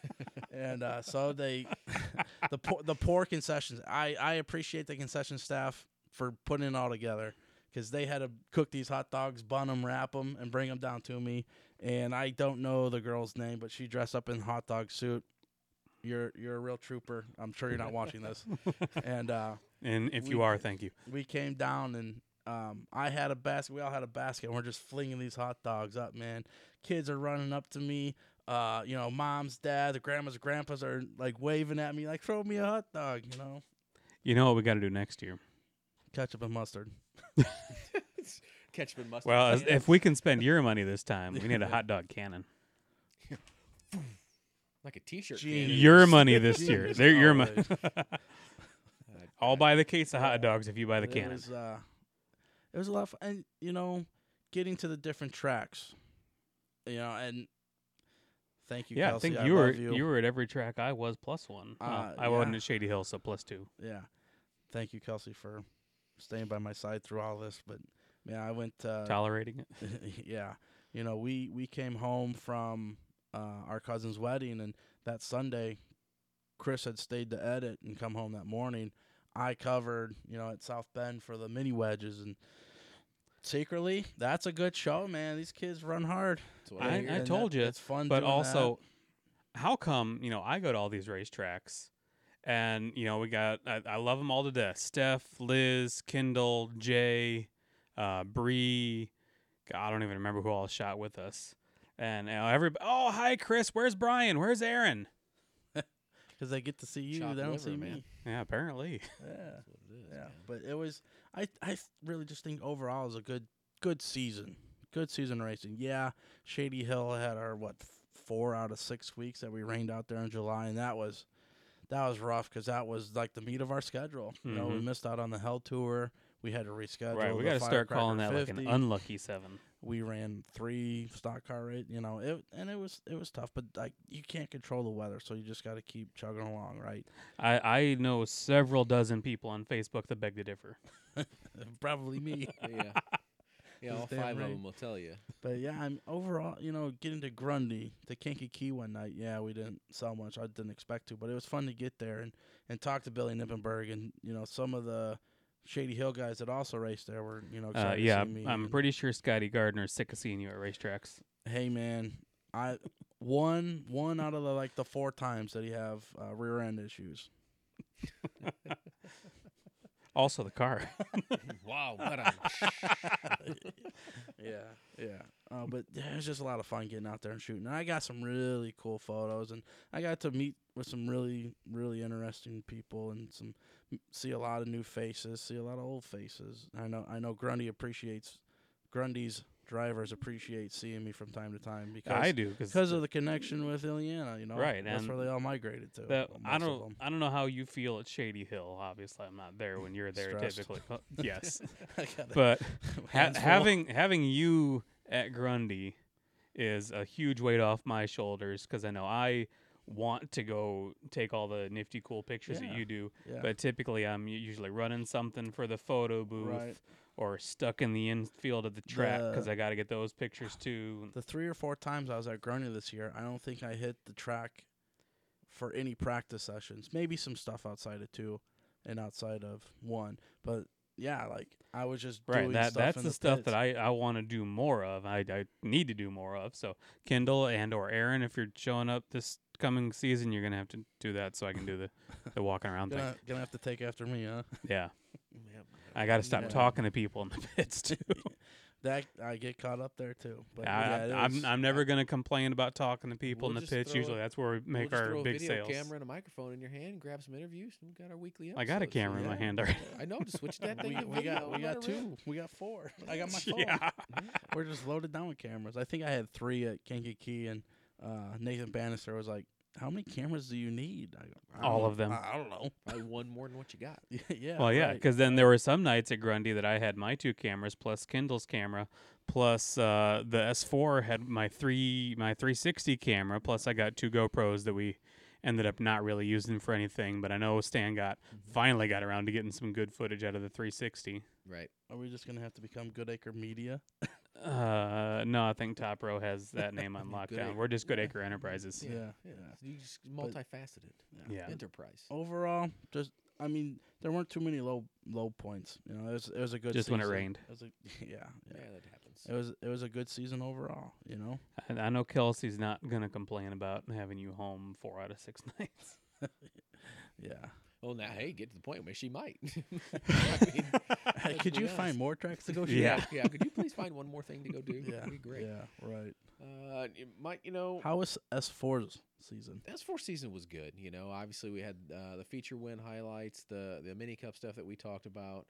Speaker 2: And uh, so they, [laughs] the poor, the poor concessions. I I appreciate the concession staff for putting it all together because they had to cook these hot dogs, bun them, wrap them, and bring them down to me. And I don't know the girl's name, but she dressed up in hot dog suit. You're you're a real trooper. I'm sure you're not watching this. and uh,
Speaker 3: And if you
Speaker 2: We-
Speaker 3: are, thank you.
Speaker 2: we came down and um, I had a basket. We all had a basket. And we're just flinging these hot dogs up, man. Kids are running up to me. Uh, you know, moms, dads, grandmas, grandpas are like waving at me, like throw me a hot dog. You know,
Speaker 3: You know what we got to do next year?
Speaker 2: ketchup and mustard.
Speaker 1: Ketchup and mustard.
Speaker 3: Well, as-
Speaker 1: can.
Speaker 3: if we can spend your money this time, we
Speaker 2: [laughs]
Speaker 3: need a hot dog cannon.
Speaker 1: like a T-shirt.
Speaker 2: Gee.
Speaker 1: cannon.
Speaker 3: Your money this year.
Speaker 2: Jeez,
Speaker 3: They're your money.
Speaker 2: always.
Speaker 3: [laughs] I'll buy the case of hot dogs if you buy the
Speaker 2: It
Speaker 3: cannon.
Speaker 2: was, uh, it was a lot of fun. And, you know, getting to the different tracks. You know, and thank you,
Speaker 3: Yeah, I
Speaker 2: Kelsey.
Speaker 3: think you were
Speaker 2: love
Speaker 3: you. were at every track I was plus one. Uh,
Speaker 2: Uh,
Speaker 3: I wasn't
Speaker 2: yeah.
Speaker 3: at Shady Hill, so plus two.
Speaker 2: Yeah. Thank you, Kelsey, for staying by my side through all this. But man, I went. Uh,
Speaker 3: Tolerating
Speaker 2: [laughs]
Speaker 3: it.
Speaker 2: yeah, you know, we we came home from uh, our cousin's wedding, and that Sunday, Chris had stayed to edit and come home that morning. I covered, you know, at South Bend for the mini wedges, and secretly, that's a good show, man. These kids run hard.
Speaker 1: That's what
Speaker 3: I-
Speaker 1: hear.
Speaker 3: I
Speaker 2: And
Speaker 3: told
Speaker 2: that-
Speaker 3: ya,
Speaker 2: it's fun.
Speaker 3: But
Speaker 2: doing
Speaker 3: also, how come you know I go to all these racetracks, and you know we got I, I love them all to death. Steph, Liz, Kendall, Jay, uh, Bree. God, I don't even remember who all shot with us. And you know, every oh hi Chris, where's Brian? Where's Aaron?
Speaker 2: because they get to see you,
Speaker 1: Chopped
Speaker 2: they don't
Speaker 1: liver,
Speaker 2: see
Speaker 1: man.
Speaker 2: me.
Speaker 3: Yeah, apparently.
Speaker 2: Yeah.
Speaker 1: That's what it is,
Speaker 2: Yeah,
Speaker 1: man.
Speaker 2: but it was. I I th- really just think overall it was a good good season. Good season racing. Yeah, Shady Hill had our what f- four out of six weeks that we rained out there in July, and that was that was rough because that was like the meat of our schedule. You know, we
Speaker 3: Mhm.
Speaker 2: missed out on the Hell Tour. We had to reschedule.
Speaker 3: right, we
Speaker 2: got
Speaker 3: got to start calling that like an unlucky seven.
Speaker 2: we ran three stock car rate. You know, it and it was it was tough, but like you can't control the weather, so you just got to keep chugging along, right? [laughs]
Speaker 3: I I know several dozen people on Facebook that beg to differ.
Speaker 2: Probably me. [laughs]
Speaker 1: yeah, yeah.
Speaker 2: Just
Speaker 1: All
Speaker 2: damn
Speaker 1: five of
Speaker 2: right.
Speaker 1: them will tell
Speaker 2: [laughs]
Speaker 1: you.
Speaker 2: But yeah, I'm overall, you know, getting to Grundy, to Kankakee one night. Yeah, we didn't sell much. I didn't expect to, but it was fun to get there and and talk to Billy Nippenberg and you know some of the Shady Hill guys that also raced there were you know excited
Speaker 3: Uh,
Speaker 2: to
Speaker 3: yeah,
Speaker 2: see me.
Speaker 3: I'm
Speaker 2: and,
Speaker 3: pretty sure Scotty Gardner's sick of seeing you at racetracks.
Speaker 2: Hey man, I one one out of the like the four times that he have uh, rear end issues.
Speaker 3: Also, the car.
Speaker 1: wow, what a [laughs]
Speaker 2: [laughs] yeah, yeah. Uh, but yeah, it was just a lot of fun getting out there and shooting. And I got some really cool photos, and I got to meet with some really, really interesting people, and some see a lot of new faces, see a lot of old faces. I know, I know. Grundy appreciates Grundy's drivers appreciate seeing me from time to time because
Speaker 3: I do because
Speaker 2: because of the connection with Ileana. You know,
Speaker 3: Right,
Speaker 2: That's
Speaker 3: and
Speaker 2: where they all migrated to.
Speaker 3: The,
Speaker 2: well,
Speaker 3: I
Speaker 2: most of
Speaker 3: don't.
Speaker 2: them.
Speaker 3: I don't know how you feel at Shady Hill. Obviously, I'm not there when you're there
Speaker 2: Stressed.
Speaker 3: typically. Well,
Speaker 2: [laughs]
Speaker 3: yes,
Speaker 2: I got it. [laughs]
Speaker 3: but ha-
Speaker 2: Hands full.
Speaker 3: having having you at Grundy is a huge weight off my shoulders because I know I want to go take all the nifty cool pictures
Speaker 2: Yeah.
Speaker 3: that you do,
Speaker 2: Yeah.
Speaker 3: but typically I'm u- usually running something for the photo booth
Speaker 2: Right.
Speaker 3: or stuck in the infield of the track because
Speaker 2: The-
Speaker 3: I got to get those pictures too.
Speaker 2: the three or four times I was at Grundy this year, I don't think I hit the track for any practice sessions. Maybe some stuff outside of two and outside of one. But yeah, like I was just
Speaker 3: Right,
Speaker 2: doing
Speaker 3: that
Speaker 2: stuff
Speaker 3: that's
Speaker 2: in
Speaker 3: the, stuff that I, I want to do more of. I, I need to do more of. So Kendall and or Aaron, if you're showing up this coming season, you're gonna have to do that so I can
Speaker 1: [laughs]
Speaker 3: do the, the walking around thing.
Speaker 2: gonna, gonna have to take after me, huh? [laughs]
Speaker 3: Yeah,
Speaker 1: Yep.
Speaker 3: I got to stop
Speaker 2: Yeah.
Speaker 3: talking to people in the [laughs] pits
Speaker 1: [laughs]
Speaker 3: too.
Speaker 2: That I get caught up there too. But
Speaker 3: I,
Speaker 2: yeah, it was-
Speaker 3: am I'm never gonna complain about talking to people
Speaker 1: We'll
Speaker 3: in the
Speaker 1: just
Speaker 3: pits.
Speaker 1: throw
Speaker 3: Usually
Speaker 1: a-
Speaker 3: that's where we make
Speaker 1: we'll just
Speaker 3: our
Speaker 1: throw a
Speaker 3: big
Speaker 1: video
Speaker 3: sales.
Speaker 1: camera and a microphone in your hand, grab some interviews, and we got our weekly.
Speaker 3: I got a
Speaker 1: episodes.
Speaker 3: camera in my
Speaker 1: Yeah.
Speaker 3: hand already.
Speaker 1: I know. Just switch
Speaker 2: [laughs]
Speaker 1: that
Speaker 2: we,
Speaker 1: thing. to
Speaker 2: we
Speaker 1: video
Speaker 2: got we
Speaker 1: and let
Speaker 2: got
Speaker 1: her rip.
Speaker 2: two. We got four. I got my phone.
Speaker 3: [laughs] yeah,
Speaker 2: We're just loaded down with cameras. I think I had three at Kankakee, and uh, Nathan Bannister was like, "How many cameras do you need?" I go, "I don't
Speaker 3: All
Speaker 2: know.
Speaker 3: of them.
Speaker 2: I, I don't know. [laughs]
Speaker 1: Probably one more than what you got.
Speaker 2: Yeah, yeah.
Speaker 3: Well, yeah,
Speaker 2: right.
Speaker 3: because then there were some nights at Grundy that I had my two cameras plus Kindle's camera, plus uh, the S4 had my three my 360 camera, plus I got two GoPros that we ended up not really using for anything. But I know Stan got
Speaker 2: Mm-hmm.
Speaker 3: finally got around to getting some good footage out of the 360.
Speaker 1: Right.
Speaker 2: Are we just gonna have to become Goodacre Media?
Speaker 3: Uh, no, I think Top Row
Speaker 2: [laughs]
Speaker 3: has that name on
Speaker 2: Good
Speaker 3: lockdown.
Speaker 2: ac-
Speaker 3: We're just Goodacre Enterprises.
Speaker 2: Yeah, Oh.
Speaker 1: Yeah.
Speaker 2: yeah.
Speaker 1: You just multifaceted.
Speaker 3: Yeah.
Speaker 1: Enterprise.
Speaker 2: Overall, just I mean, there weren't too many low low points. You know, it was it was a good.
Speaker 3: Just when it
Speaker 2: season.
Speaker 3: rained.
Speaker 2: It was a, [laughs] yeah,
Speaker 1: yeah.
Speaker 2: yeah.
Speaker 1: that happens.
Speaker 2: It was it was a good season overall. You know,
Speaker 3: And I know Kelsey's not gonna complain about having you home four out of six [laughs] nights.
Speaker 2: [laughs] yeah.
Speaker 1: Well, now, hey, get to the point where she
Speaker 2: [laughs]
Speaker 1: might. [laughs] I mean, let's
Speaker 2: Could
Speaker 1: be
Speaker 2: you
Speaker 1: honest.
Speaker 2: find more tracks to go? shoot?
Speaker 1: Yeah.
Speaker 3: Yeah.
Speaker 1: yeah. Could you please find one more thing to go do?
Speaker 2: [laughs] yeah,
Speaker 1: That'd be great.
Speaker 2: Yeah, right.
Speaker 1: Uh, it might, you know,
Speaker 2: How was S 4s season?
Speaker 1: S4 season was good. You know, obviously we had uh, the feature win highlights, the the mini cup stuff that we talked about,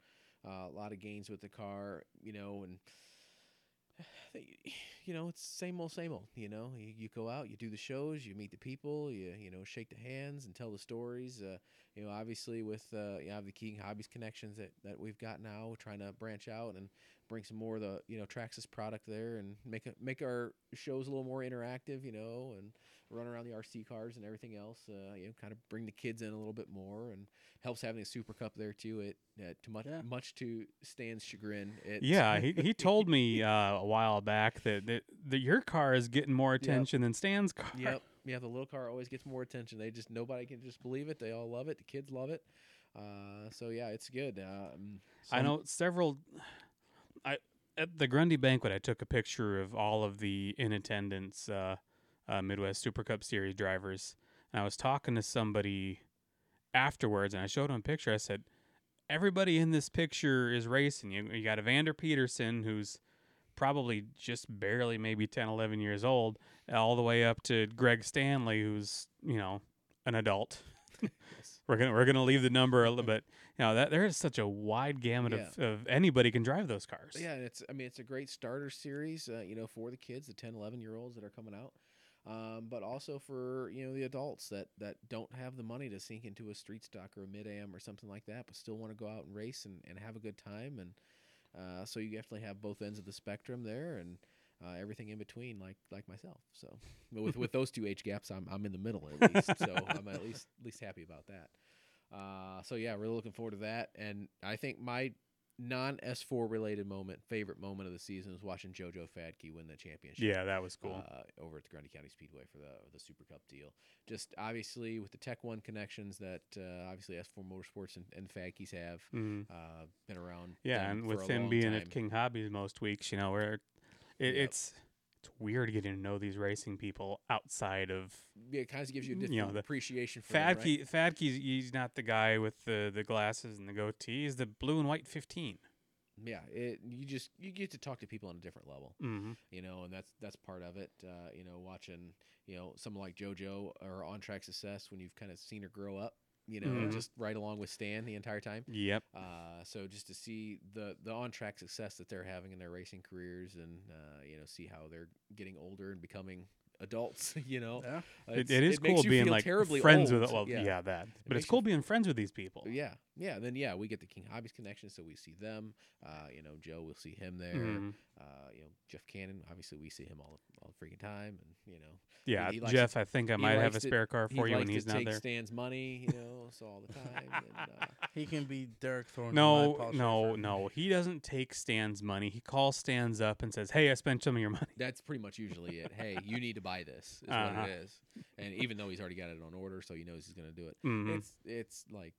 Speaker 1: uh, a lot of gains with the car. You know, and you know, it's same old, same old. You know, you, you go out, you do the shows, you meet the people, you you know, shake the hands and tell the stories. Uh, you know, obviously with uh, you know, the Keating Hobbies connections that that we've got now, we're trying to branch out and bring some more of the you know Traxxas product there and make it make our shows a little more interactive. You know, and run around the RC cars and everything else. Uh, you know, kind of bring the kids in a little bit more and helps having a Super Cup there too. It uh, to much
Speaker 2: Yeah.
Speaker 1: much to Stan's chagrin. It,
Speaker 3: Yeah, he, he
Speaker 1: [laughs]
Speaker 3: told me [laughs] uh, a while back that, that that your car is getting more attention than Stan's car. [laughs]
Speaker 1: Yep. Yeah, the little car always gets more attention. They just nobody can just believe it. They all love it. The kids love it. Uh, so yeah, it's good. Um,
Speaker 3: I
Speaker 1: some-
Speaker 3: know several. I at the Grundy banquet, I took a picture of all of the in attendance uh, uh, Midwest Super Cup Series drivers, and I was talking to somebody afterwards, and I showed him a picture. I said, "Everybody in this picture is racing. You, you got Evander Peterson, who's probably just barely maybe 10, 11 years old, all the way up to Greg Stanley, who's you know an adult."
Speaker 1: Yes.
Speaker 3: We're gonna we're gonna leave the number a
Speaker 1: Mm-hmm.
Speaker 3: little bit. You know that there is such a wide gamut of, of anybody can drive those cars.
Speaker 1: Yeah, and it's I mean it's a great starter series, uh, you know, for the kids, the 10, 11 year olds that are coming out. Um, but also for you know the adults that, that don't have the money to sink into a street stock or a mid am or something like that, but still want to go out and race and, and have a good time, and uh, so you definitely have both ends of the spectrum there and uh, everything in between, like like myself. So but with with those two age gaps, I'm I'm in the middle at least, so I'm at least at least happy about that. Uh, so yeah, really looking forward to that, and I think my non S4 related moment, favorite moment of the season was watching JoJo Fadke win the championship.
Speaker 3: yeah, that was cool.
Speaker 1: Uh, over at the Grundy County Speedway for the the Super Cup deal. Just obviously with the Tech One connections that uh, obviously S4 Motorsports and, and Fadke's have
Speaker 3: Mm.
Speaker 1: uh, been around.
Speaker 3: Yeah,
Speaker 1: them
Speaker 3: and
Speaker 1: for a
Speaker 3: with him
Speaker 1: long
Speaker 3: being
Speaker 1: time.
Speaker 3: at King Hobbies most weeks, you know, where it,
Speaker 1: Yep.
Speaker 3: it's it's weird getting to know these racing people outside of
Speaker 1: yeah, it kind of gives you a
Speaker 3: you
Speaker 1: different
Speaker 3: know, the
Speaker 1: appreciation for them, right?
Speaker 3: Fadke. Fadke's he's not the guy with the the glasses and the goatee. He's the blue and white fifteen.
Speaker 1: Yeah, it you just you get to talk to people on a different level.
Speaker 3: Mm-hmm.
Speaker 1: you know, and that's that's part of it. Uh, you know, watching you know someone like JoJo or on track success when you've kind of seen her grow up, you know,
Speaker 3: Mhm.
Speaker 1: just right along with Stan the entire time.
Speaker 3: Yep.
Speaker 1: Uh, so just to see the the on track success that they're having in their racing careers, and uh, you know, see how they're getting older and becoming adults. [laughs] You know,
Speaker 2: Yeah.
Speaker 1: Uh, It's-
Speaker 3: It, it is
Speaker 1: makes
Speaker 3: cool
Speaker 1: you
Speaker 3: being
Speaker 1: feel
Speaker 3: like
Speaker 1: terribly
Speaker 3: friends
Speaker 1: old.
Speaker 3: with well yeah, that but
Speaker 1: makes
Speaker 3: it's
Speaker 1: you
Speaker 3: cool
Speaker 1: f-
Speaker 3: being friends with these people.
Speaker 1: Yeah, yeah. Then yeah, we get the King Hobbies connection, so we see them. Uh, you know, Joe, we'll see him there.
Speaker 3: Mhm.
Speaker 1: Uh, you know, Jeff Cannon, obviously, we see him all all the freaking time, and you know,
Speaker 3: Yeah,
Speaker 1: he likes to-
Speaker 3: Jeff, I think I
Speaker 1: he
Speaker 3: might have
Speaker 1: likes
Speaker 3: a
Speaker 1: to-
Speaker 3: spare car for
Speaker 1: he likes
Speaker 3: you when he's
Speaker 1: to
Speaker 3: not
Speaker 1: take
Speaker 3: there.
Speaker 1: Stan's money, you know, [laughs] so
Speaker 3: [laughs]
Speaker 1: all the time. and, uh,
Speaker 2: He can be Derek Thorne.
Speaker 3: No, no,
Speaker 2: [laughs]
Speaker 3: no. He doesn't take Stan's money. He calls Stan's up and says, "Hey, I spent some of your money."
Speaker 1: that's pretty much usually it. Hey, you need to buy this. Is
Speaker 3: Uh-huh.
Speaker 1: what it is. And even though he's already got it on order, so he knows he's going to do it.
Speaker 3: Mhm.
Speaker 1: It's it's like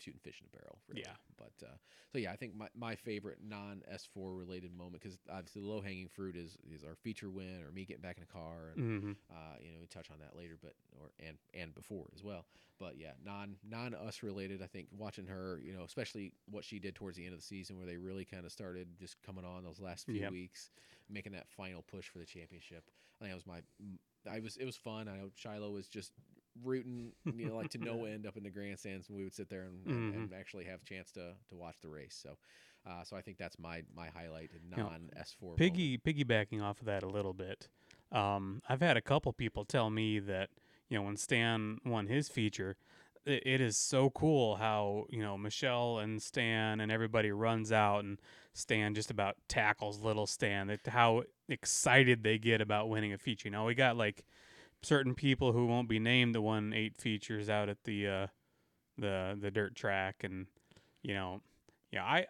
Speaker 1: shooting fish in a barrel. Really.
Speaker 3: Yeah.
Speaker 1: But uh, so yeah, I think my, my favorite non S4 related moment because obviously the low hanging fruit is is our feature win or me getting back in a car and
Speaker 3: Mhm.
Speaker 1: Uh, you know, we touch on that later, but or and and before as well. But yeah, non non us related. I think watching her, you know, especially what she did towards the end of the season, where they really kind of started just coming on those last few
Speaker 3: Yep.
Speaker 1: weeks, making that final push for the championship. I think that was my, m- I was it was fun. I know Shiloh was just rooting, you know, like to no end up in the grandstands, and we would sit there and, and,
Speaker 3: Mhm.
Speaker 1: and actually have a chance to to watch the race. So. Uh, so I think that's my my highlight
Speaker 3: know,
Speaker 1: non S four
Speaker 3: Piggy, piggybacking off of that a little bit. Um, I've had a couple people tell me that you know when Stan won his feature, it, it is so cool how you know Michelle and Stan and everybody runs out and Stan just about tackles little Stan. That how excited they get about winning a feature. You know, we got like certain people who won't be named that won eight features out at the uh, the the dirt track, and you know, yeah, I.